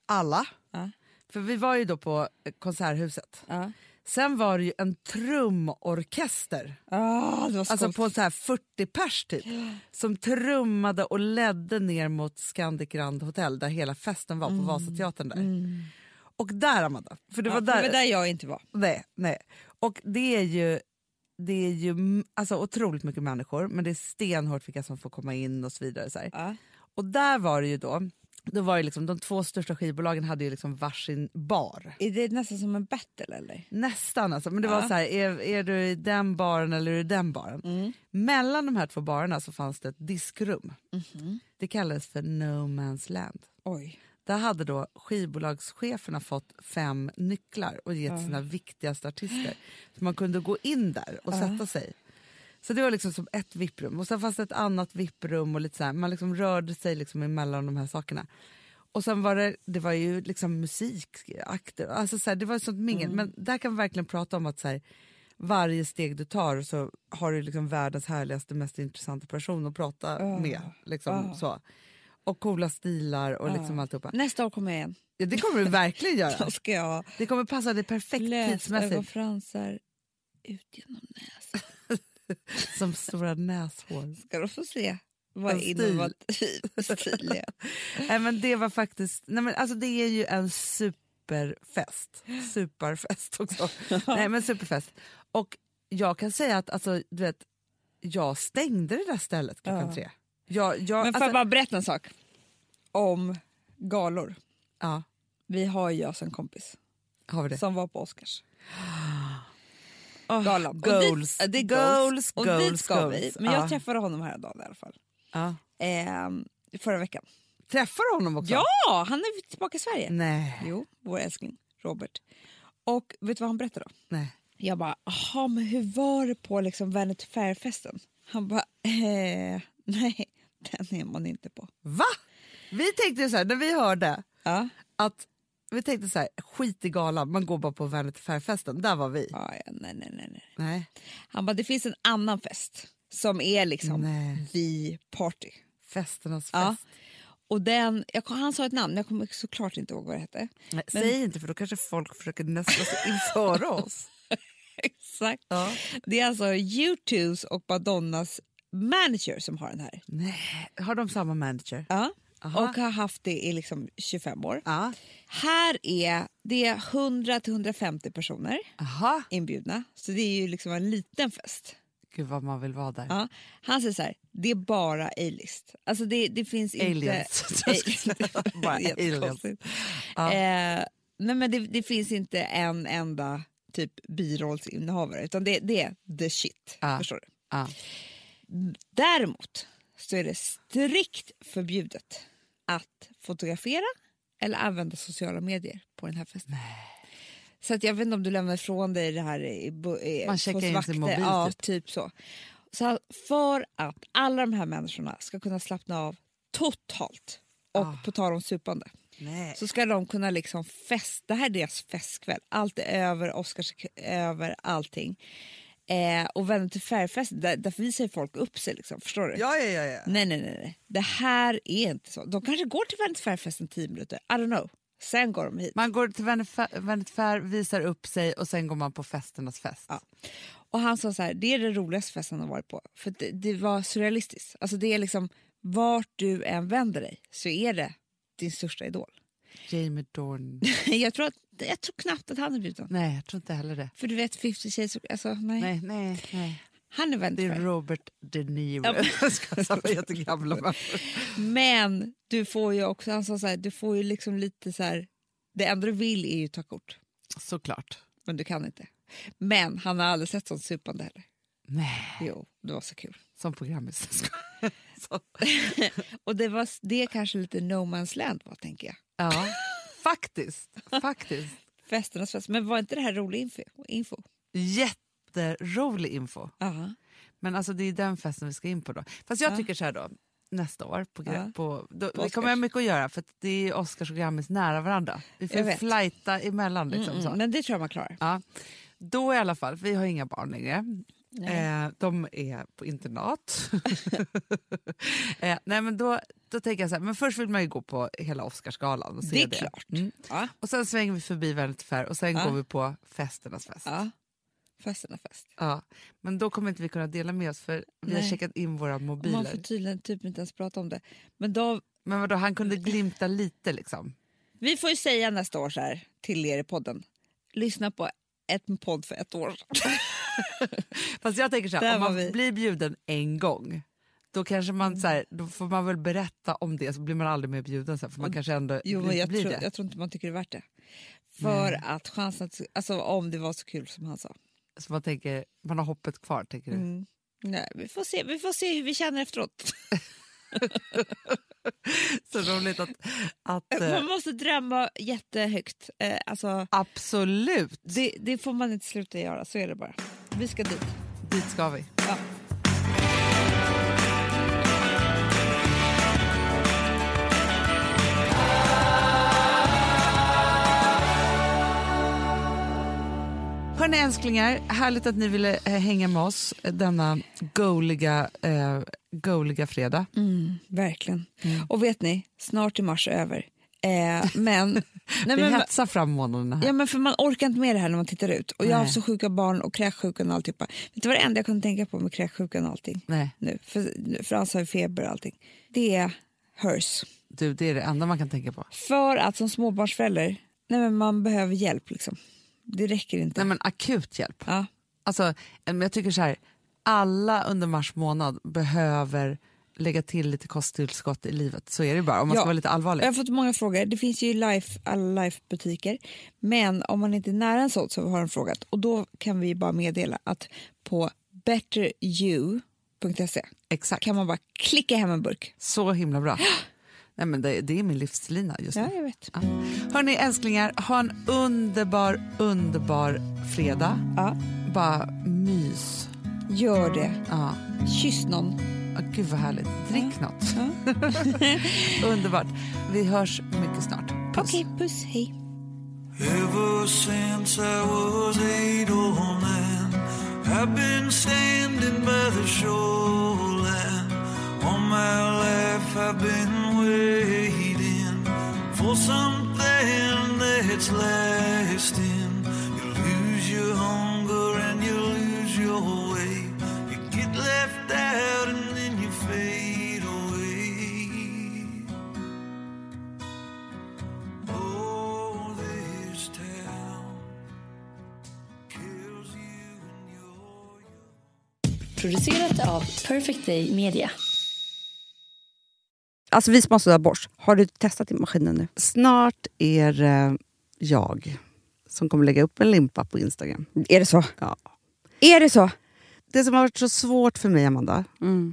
Speaker 3: alla.
Speaker 2: Ja.
Speaker 3: För vi var ju då på eh, Konserthuset.
Speaker 2: Ja.
Speaker 3: Sen var det ju en trumorkester,
Speaker 2: Ah, det var
Speaker 3: alltså
Speaker 2: skoj.
Speaker 3: på så här 40 pers typ, som trummade och ledde ner mot Scandic Grand Hotel där hela festen var på Vasateatern där. Och där Amanda, för det
Speaker 2: Mm. Ja, för
Speaker 3: var där,
Speaker 2: det var där jag inte var.
Speaker 3: Nej, nej. Och det är ju, det är ju mm, alltså, otroligt mycket människor men det är stenhårt vilka som får komma in och så vidare. Så här.
Speaker 2: Ja.
Speaker 3: Och där var det ju då, då var det liksom, de två största skivbolagen hade ju liksom varsin bar.
Speaker 2: Är det nästan som en battle eller?
Speaker 3: Nästan alltså, men det var
Speaker 2: Ja.
Speaker 3: så här, är, är du i den baren eller är du i den baren? Mellan de här två barerna så fanns det ett diskrum. Det kallades för No Man's Land.
Speaker 2: Oj.
Speaker 3: Där hade då skivbolagscheferna fått fem nycklar och gett sina viktigaste artister. Så man kunde gå in där och sätta sig. Så det var liksom som ett vipprum. Och sen fanns det ett annat vipprum och lite så här. Man liksom rörde sig liksom emellan de här sakerna. Och sen var det, det var ju liksom musikakter. Alltså så här, det var ett sånt mingel. Men där kan vi verkligen prata om att så här, varje steg du tar så har du liksom världens härligaste, mest intressanta person att prata med. Liksom, så. Och coola stilar och liksom alltihopa.
Speaker 2: Nästa år kommer jag igen.
Speaker 3: Ja, det kommer du verkligen göra.
Speaker 2: Då ska jag ha
Speaker 3: Det kommer passa dig perfekt tidsmässigt
Speaker 2: lösögonfransar ut genom näsan.
Speaker 3: som stora näshår.
Speaker 2: Ska de få se vad
Speaker 3: En stil.
Speaker 2: innovativ stil är.
Speaker 3: Nej, men det var faktiskt... Nej, men alltså, det är ju en superfest. Superfest också. Nej, men superfest. Och jag kan säga att alltså, du vet, jag stängde det där stället klockan tre. Jag, jag,
Speaker 2: Men får
Speaker 3: alltså,
Speaker 2: jag bara berätta en sak om galor?
Speaker 3: ja,
Speaker 2: Vi har ju alltså en kompis
Speaker 3: har vi det?
Speaker 2: som var på Oscars.
Speaker 3: Åh,
Speaker 2: Galan.
Speaker 3: Ah,
Speaker 2: och dit,
Speaker 3: Goals,
Speaker 2: äh, det är goals,
Speaker 3: goals,
Speaker 2: och
Speaker 3: goals,
Speaker 2: dit ska
Speaker 3: goals. Ah.
Speaker 2: vi. Men
Speaker 3: Ja.
Speaker 2: jag träffade honom häromdagen i alla fall.
Speaker 3: ja.
Speaker 2: Ehm, förra veckan.
Speaker 3: Träffar du honom också?
Speaker 2: Ja, han är tillbaka i Sverige.
Speaker 3: Nej.
Speaker 2: Jo, vår älskling Robert. Och vet du vad han berättade då?
Speaker 3: Nej.
Speaker 2: Jag bara, jaha, men hur var det på liksom Vanity Fair-festen? Han bara, eh, nej, den är man inte på.
Speaker 3: Va? Vi tänkte ju så här, när vi hörde
Speaker 2: Ja,
Speaker 3: att vi tänkte så här, skit i galan, man går bara på Vanity Fair-festen. Där var vi.
Speaker 2: ja, ja nej, nej, nej, nej.
Speaker 3: Nej.
Speaker 2: Han bara, det finns en annan fest som är liksom
Speaker 3: Nej.
Speaker 2: vi party.
Speaker 3: Festernas
Speaker 2: Ja.
Speaker 3: fest.
Speaker 2: Och den, jag, kom- han sa ett namn, men jag kommer såklart inte ihåg vad det hette.
Speaker 3: Nej, Säg inte för då kanske folk försöker nästla sig inför oss.
Speaker 2: Exakt.
Speaker 3: Ja.
Speaker 2: Det är alltså U2s och Madonnas manager som har den här.
Speaker 3: Nej, har de samma manager?
Speaker 2: Ja.
Speaker 3: Aha.
Speaker 2: Och har haft det i liksom 25 år.
Speaker 3: Ja.
Speaker 2: Här är det 100-150 personer
Speaker 3: Aha.
Speaker 2: inbjudna, så det är ju liksom en liten fest.
Speaker 3: Gud vad man vill vara där.
Speaker 2: Ja. Han säger så här, det är bara A-list. Alltså det, det finns
Speaker 3: Aliens.
Speaker 2: inte...
Speaker 3: Bara
Speaker 2: Det är jättekonstigt.
Speaker 3: Ja.
Speaker 2: Eh, nej men det, det finns inte en enda typ birollsinnehavare, utan det, det är the shit.
Speaker 3: Ja.
Speaker 2: Förstår du?
Speaker 3: Ja.
Speaker 2: Däremot så är det strikt förbjudet att fotografera eller använda sociala medier på den här festen. Så att jag vet inte om du lämnar ifrån dig det här i, bo- i,
Speaker 3: Man checkar
Speaker 2: hos
Speaker 3: in sin
Speaker 2: vakter.
Speaker 3: mobil,
Speaker 2: Ja,
Speaker 3: typ.
Speaker 2: typ. så. så för att alla de här människorna ska kunna slappna av totalt och på tal om supande
Speaker 3: Ah. Nej.
Speaker 2: så ska de kunna liksom fest. Det här är deras festkväll. Allt är över, Oscars är över, allting. Eh, och Vanity Fair-fest, där, där visar folk upp sig. Liksom, förstår du?
Speaker 3: Ja, ja, ja, ja.
Speaker 2: Nej, nej, nej, nej. Det här är inte så. De kanske går till Vanity Fair-festen tio minuter. I don't know. Sen går de hit.
Speaker 3: Man går till Vanity Fair- Vanity Fair, visar upp sig och sen går man på festernas fest.
Speaker 2: Ja. Och han sa så här, det är den roligaste festen han har varit på. För det, det var surrealistiskt. Alltså det är liksom, vart du än vänder dig så är det din största idol.
Speaker 3: Jamie Dorn.
Speaker 2: jag, tror att, jag tror knappt att han är bjuden.
Speaker 3: nej, jag tror inte heller det.
Speaker 2: För du vet 50 shades of... Alltså, nej.
Speaker 3: Nej, nej, nej.
Speaker 2: Han är
Speaker 3: Det
Speaker 2: Vanity
Speaker 3: är
Speaker 2: Fair.
Speaker 3: Robert De Niro.
Speaker 2: Ja, men-
Speaker 3: Jag ska säga jättegamla människor.
Speaker 2: Men du får ju också, han sa så här, du får ju liksom lite så här, det enda du vill är ju ta kort.
Speaker 3: Såklart.
Speaker 2: Men du kan inte. Men han har aldrig sett sånt supande heller.
Speaker 3: Nej,
Speaker 2: Jo, det var så kul.
Speaker 3: som programmis. Så.
Speaker 2: Och det var det är kanske lite no man's land var tänker jag.
Speaker 3: Ja, faktiskt. faktiskt.
Speaker 2: Festernas fest. Men var inte det här rolig info? info?
Speaker 3: Jätterolig info.
Speaker 2: Aha.
Speaker 3: Men alltså det är den festen vi ska in på då. Fast jag
Speaker 2: Ja.
Speaker 3: tycker så här då, nästa år, på, gre-
Speaker 2: Ja.
Speaker 3: på, då,
Speaker 2: På
Speaker 3: vi kommer ha
Speaker 2: Oscars.
Speaker 3: mycket att göra för att det är Oscars och Grammys nära varandra. Vi får
Speaker 2: Jag
Speaker 3: ju
Speaker 2: vet.
Speaker 3: flajta emellan liksom.
Speaker 2: Mm,
Speaker 3: så.
Speaker 2: men det tror jag man klarar.
Speaker 3: Ja. Då i alla fall, vi har inga barn längre. Eh, de är på internat. eh, nej men då, då tänker jag så här, men först vill man ju gå på hela Oscarsgalan och se
Speaker 2: det är
Speaker 3: det.
Speaker 2: klart.
Speaker 3: Mm.
Speaker 2: Ja,
Speaker 3: Och sen svänger vi förbi Vanity Fair och sen
Speaker 2: Ja.
Speaker 3: går vi på festernas fest.
Speaker 2: ja. Festen är fest.
Speaker 3: Ja, men då kommer inte vi kunna dela med oss för vi har
Speaker 2: Nej.
Speaker 3: checkat in våra
Speaker 2: Och
Speaker 3: mobiler.
Speaker 2: man får tydligen typ inte ens prata om det. Men då,
Speaker 3: Men vadå, han kunde glimta lite liksom.
Speaker 2: vi får ju säga nästa år så här till er i podden. Lyssna på ett podd för ett år sedan.
Speaker 3: Fast jag tänker så
Speaker 2: Där
Speaker 3: här, om
Speaker 2: var
Speaker 3: man
Speaker 2: vi.
Speaker 3: blir bjuden en gång då kanske man så här, då får man väl berätta om det så blir man aldrig mer bjuden sen för man kanske ändå
Speaker 2: Jo, men
Speaker 3: inte
Speaker 2: jag
Speaker 3: blir
Speaker 2: tror,
Speaker 3: det.
Speaker 2: jag tror inte man tycker det är värt det. För att chansen att, alltså om det var så kul som han sa.
Speaker 3: Så man tänker, man har hoppet kvar tänker
Speaker 2: Mm.
Speaker 3: du.
Speaker 2: Nej, vi får se, vi får se hur vi känner efteråt.
Speaker 3: Så roligt att, att eh,
Speaker 2: Man måste drömma jättehögt. Eh, alltså,
Speaker 3: absolut,
Speaker 2: det, det får man inte sluta göra, så är det bara. Vi ska dit.
Speaker 3: dit ska vi.
Speaker 2: Ja.
Speaker 3: Hörni älsklingar, härligt att ni ville eh, hänga med oss eh, denna goliga, eh, goliga fredag.
Speaker 2: Mm. Verkligen.
Speaker 3: Mm.
Speaker 2: Och vet ni, snart är mars över. Eh, men, nej,
Speaker 3: vi
Speaker 2: men,
Speaker 3: hetsar fram månaderna här.
Speaker 2: ja, men för man orkar inte med det här när man tittar ut. Och jag har
Speaker 3: Nej.
Speaker 2: haft så sjuka barn och kräksjukan och alltihopa. Vet du vad det enda jag kunde tänka på med kräksjukan och allting?
Speaker 3: Nej,
Speaker 2: nu, för Frans har ju feber och allting. Det är hers.
Speaker 3: du, det är det enda man kan tänka på.
Speaker 2: För att som småbarnsförälder, nej men man behöver hjälp liksom. Det räcker inte.
Speaker 3: Nej men akut hjälp.
Speaker 2: Ja,
Speaker 3: Alltså, eh, men jag tycker så här, alla under mars månad behöver lägga till lite kosttillskott i livet. Så är det bara, om man
Speaker 2: Ja.
Speaker 3: ska vara lite allvarlig.
Speaker 2: jag har fått många frågor. Det finns ju i life, alla Life-butiker. Men om man inte är nära en sån så har de frågat. Och då kan vi bara meddela att på betteryou.se
Speaker 3: Exakt,
Speaker 2: kan man bara klicka hem en burk.
Speaker 3: så himla bra. Nej, men det, det är min livslina just nu.
Speaker 2: Ja, jag vet.
Speaker 3: Ja. Hörni älsklingar, ha en underbar, underbar fredag.
Speaker 2: Ja,
Speaker 3: Bara mys.
Speaker 2: gör det.
Speaker 3: Ja.
Speaker 2: Kyss någon.
Speaker 3: Ja, Gud vad härligt. Drick något. Underbart. Vi hörs mycket snart. Puss.
Speaker 2: Okej, puss. Hej.
Speaker 5: Ever since I was eight old man, I've been standing by the shoreline. All my life I've been waiting for something that's lasting. You lose your hunger and you lose your way. You get left out and then you fade away. Oh, this town kills you and your young.
Speaker 6: Producerat av Perfect Day Media.
Speaker 7: Alltså vi som har sådär borst, har du testat i maskinen nu?
Speaker 3: Snart är det jag som kommer lägga upp en limpa på Instagram.
Speaker 7: Är det så?
Speaker 3: Ja.
Speaker 7: Är det så?
Speaker 3: Det som har varit så svårt för mig, Amanda,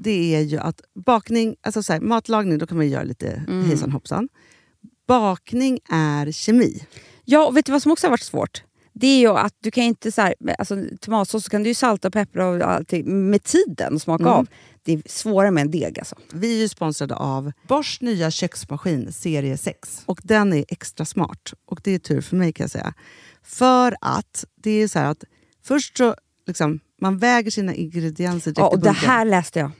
Speaker 3: det är ju att bakning, alltså så här, matlagning, då kan man ju göra lite hejsan hoppsan. Bakning är kemi.
Speaker 7: Ja, och vet du vad som också har varit svårt? Det är ju att du kan inte så här, alltså, tomatsås så kan du ju salta och peppra och allting med tiden och smaka
Speaker 2: Mm.
Speaker 7: av. Det är svårare med en deg alltså.
Speaker 3: Vi är ju sponsrade av Bors nya köksmaskin serie 6. Och den är extra smart. Och det är tur för mig kan jag säga. För att det är så här att först så liksom, man väger sina ingredienser direkt
Speaker 7: Ja,
Speaker 3: i
Speaker 7: och det
Speaker 3: bunken.
Speaker 7: här läste jag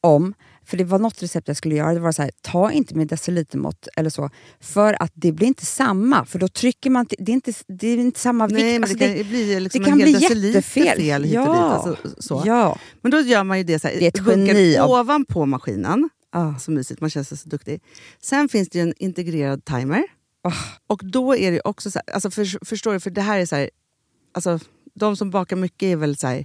Speaker 7: om. För det var något recept jag skulle göra. Det var så här, ta inte med decilitermått eller så. För att det blir inte samma. För då trycker man... till- Det är inte, det är inte samma vikt.
Speaker 3: Nej, men
Speaker 7: Alltså,
Speaker 3: det kan ju bli liksom
Speaker 7: det kan
Speaker 3: en hel
Speaker 7: bli
Speaker 3: deciliter
Speaker 7: jättefel.
Speaker 3: fel hit och dit, alltså, så.
Speaker 7: Ja.
Speaker 3: Men då gör man ju det så här,
Speaker 7: Det är ett
Speaker 3: bunkar
Speaker 7: geni av-
Speaker 3: ovanpå maskinen.
Speaker 7: Ah.
Speaker 3: Så mysigt, man känns så duktig. Sen finns det ju en integrerad timer.
Speaker 7: Ah.
Speaker 3: Och då är det ju också så här, alltså för, förstår du, för det här är så här, alltså de som bakar mycket är väl så här,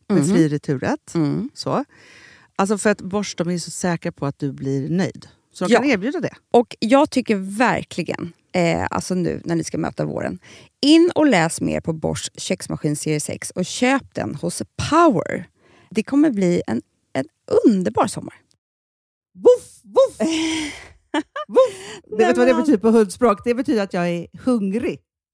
Speaker 3: med fri returrätt. Så.
Speaker 8: Alltså för att Bosch de är ju så säkra på att du blir nöjd. Så de
Speaker 2: Ja.
Speaker 8: kan erbjuda det.
Speaker 2: Och jag tycker verkligen, eh, alltså nu när ni ska möta våren, in och läs mer på Boschs köksmaskin serie 6 och köp den hos Power. Det kommer bli en, en underbar sommar.
Speaker 1: Woof, woof. Det
Speaker 2: Nej,
Speaker 1: vet du vad det
Speaker 2: men-
Speaker 1: betyder på hundspråk? Det betyder att jag är hungrig.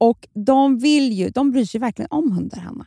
Speaker 2: Och de vill ju, de bryr sig verkligen om hundar, Hanna.